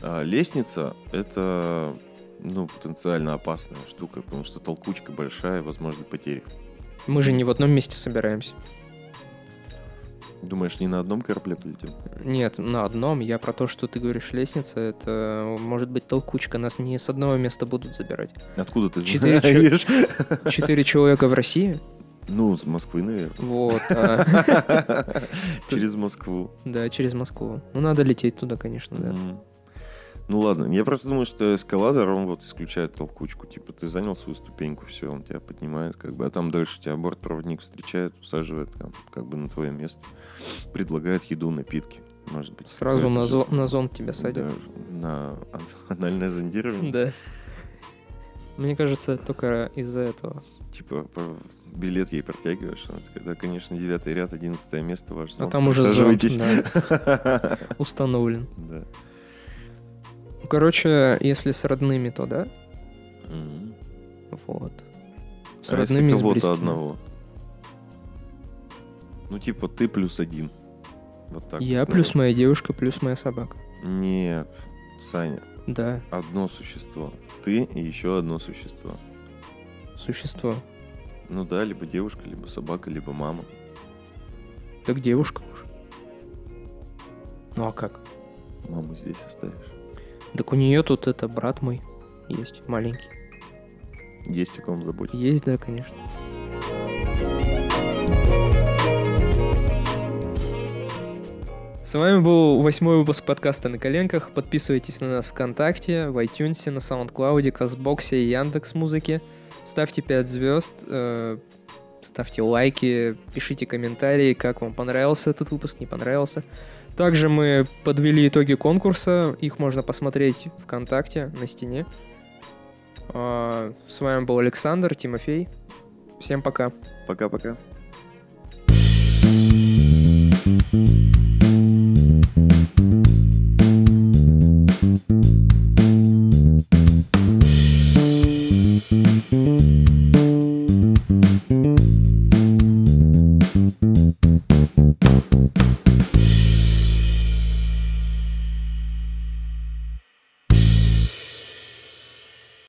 [SPEAKER 2] а, лестница — это ну, потенциально опасная штука, потому что толкучка большая, возможно, потери.
[SPEAKER 1] Мы же не в одном месте собираемся.
[SPEAKER 2] Думаешь, не на одном корабле полетим?
[SPEAKER 1] Нет, на одном. Я про то, что ты говоришь, лестница, это может быть толкучка. Нас не с одного места будут забирать.
[SPEAKER 2] Откуда ты
[SPEAKER 1] Четыре
[SPEAKER 2] знаешь?
[SPEAKER 1] Четыре человека в России.
[SPEAKER 2] Ну, с Москвы, наверное.
[SPEAKER 1] Вот. а,
[SPEAKER 2] Через Москву.
[SPEAKER 1] Да, через Москву. Ну, надо лететь туда, конечно, да.
[SPEAKER 2] Мгм. Ну ладно, я просто думаю, что эскалатор, он вот исключает толкучку. Типа ты занял свою ступеньку, все, он тебя поднимает, как бы, а там дальше тебя бортпроводник встречает, усаживает там, как бы на твое место, предлагает еду, напитки, может быть.
[SPEAKER 1] Сразу
[SPEAKER 2] какое-то
[SPEAKER 1] на зо-
[SPEAKER 2] же-
[SPEAKER 1] на зонт тебя садят.
[SPEAKER 2] Да, на ан- анальное зондирование.
[SPEAKER 1] Да. Мне кажется, только из-за этого.
[SPEAKER 2] Типа по- билет ей протягиваешь, она такая, да, конечно, девятый ряд, одиннадцатое место ваш
[SPEAKER 1] А
[SPEAKER 2] зонт,
[SPEAKER 1] там уже зонт
[SPEAKER 2] Усаживайтесь.
[SPEAKER 1] да, установлен.
[SPEAKER 2] Да.
[SPEAKER 1] Ну, Короче, если с родными, то да.
[SPEAKER 2] Мгм.
[SPEAKER 1] Вот. С
[SPEAKER 2] А если
[SPEAKER 1] родными и с
[SPEAKER 2] кого-то
[SPEAKER 1] близкими.
[SPEAKER 2] одного. Ну, типа, ты плюс один. Вот так.
[SPEAKER 1] Я
[SPEAKER 2] знаешь.
[SPEAKER 1] плюс моя девушка, плюс моя собака.
[SPEAKER 2] Нет, Саня,
[SPEAKER 1] Да,
[SPEAKER 2] одно существо. Ты и еще одно существо.
[SPEAKER 1] существо.
[SPEAKER 2] Ну да, либо девушка, либо собака, либо мама.
[SPEAKER 1] Так девушка уж. Ну а как?
[SPEAKER 2] Маму здесь оставишь.
[SPEAKER 1] Так у нее тут это брат мой есть, маленький.
[SPEAKER 2] Есть о ком заботиться.
[SPEAKER 1] Есть, да, конечно. С вами был восьмой выпуск подкаста «На коленках». Подписывайтесь на нас ВКонтакте, в iTunes, на SoundCloud, Казбоксе и Яндекс.Музыке. Ставьте 5 звезд, э, ставьте лайки, пишите комментарии, как вам понравился этот выпуск, не понравился. Также мы подвели итоги конкурса, их можно посмотреть ВКонтакте на стене. А, С вами был Александр, Тимофей. Всем пока.
[SPEAKER 2] Пока-пока.
[SPEAKER 3] Thank you.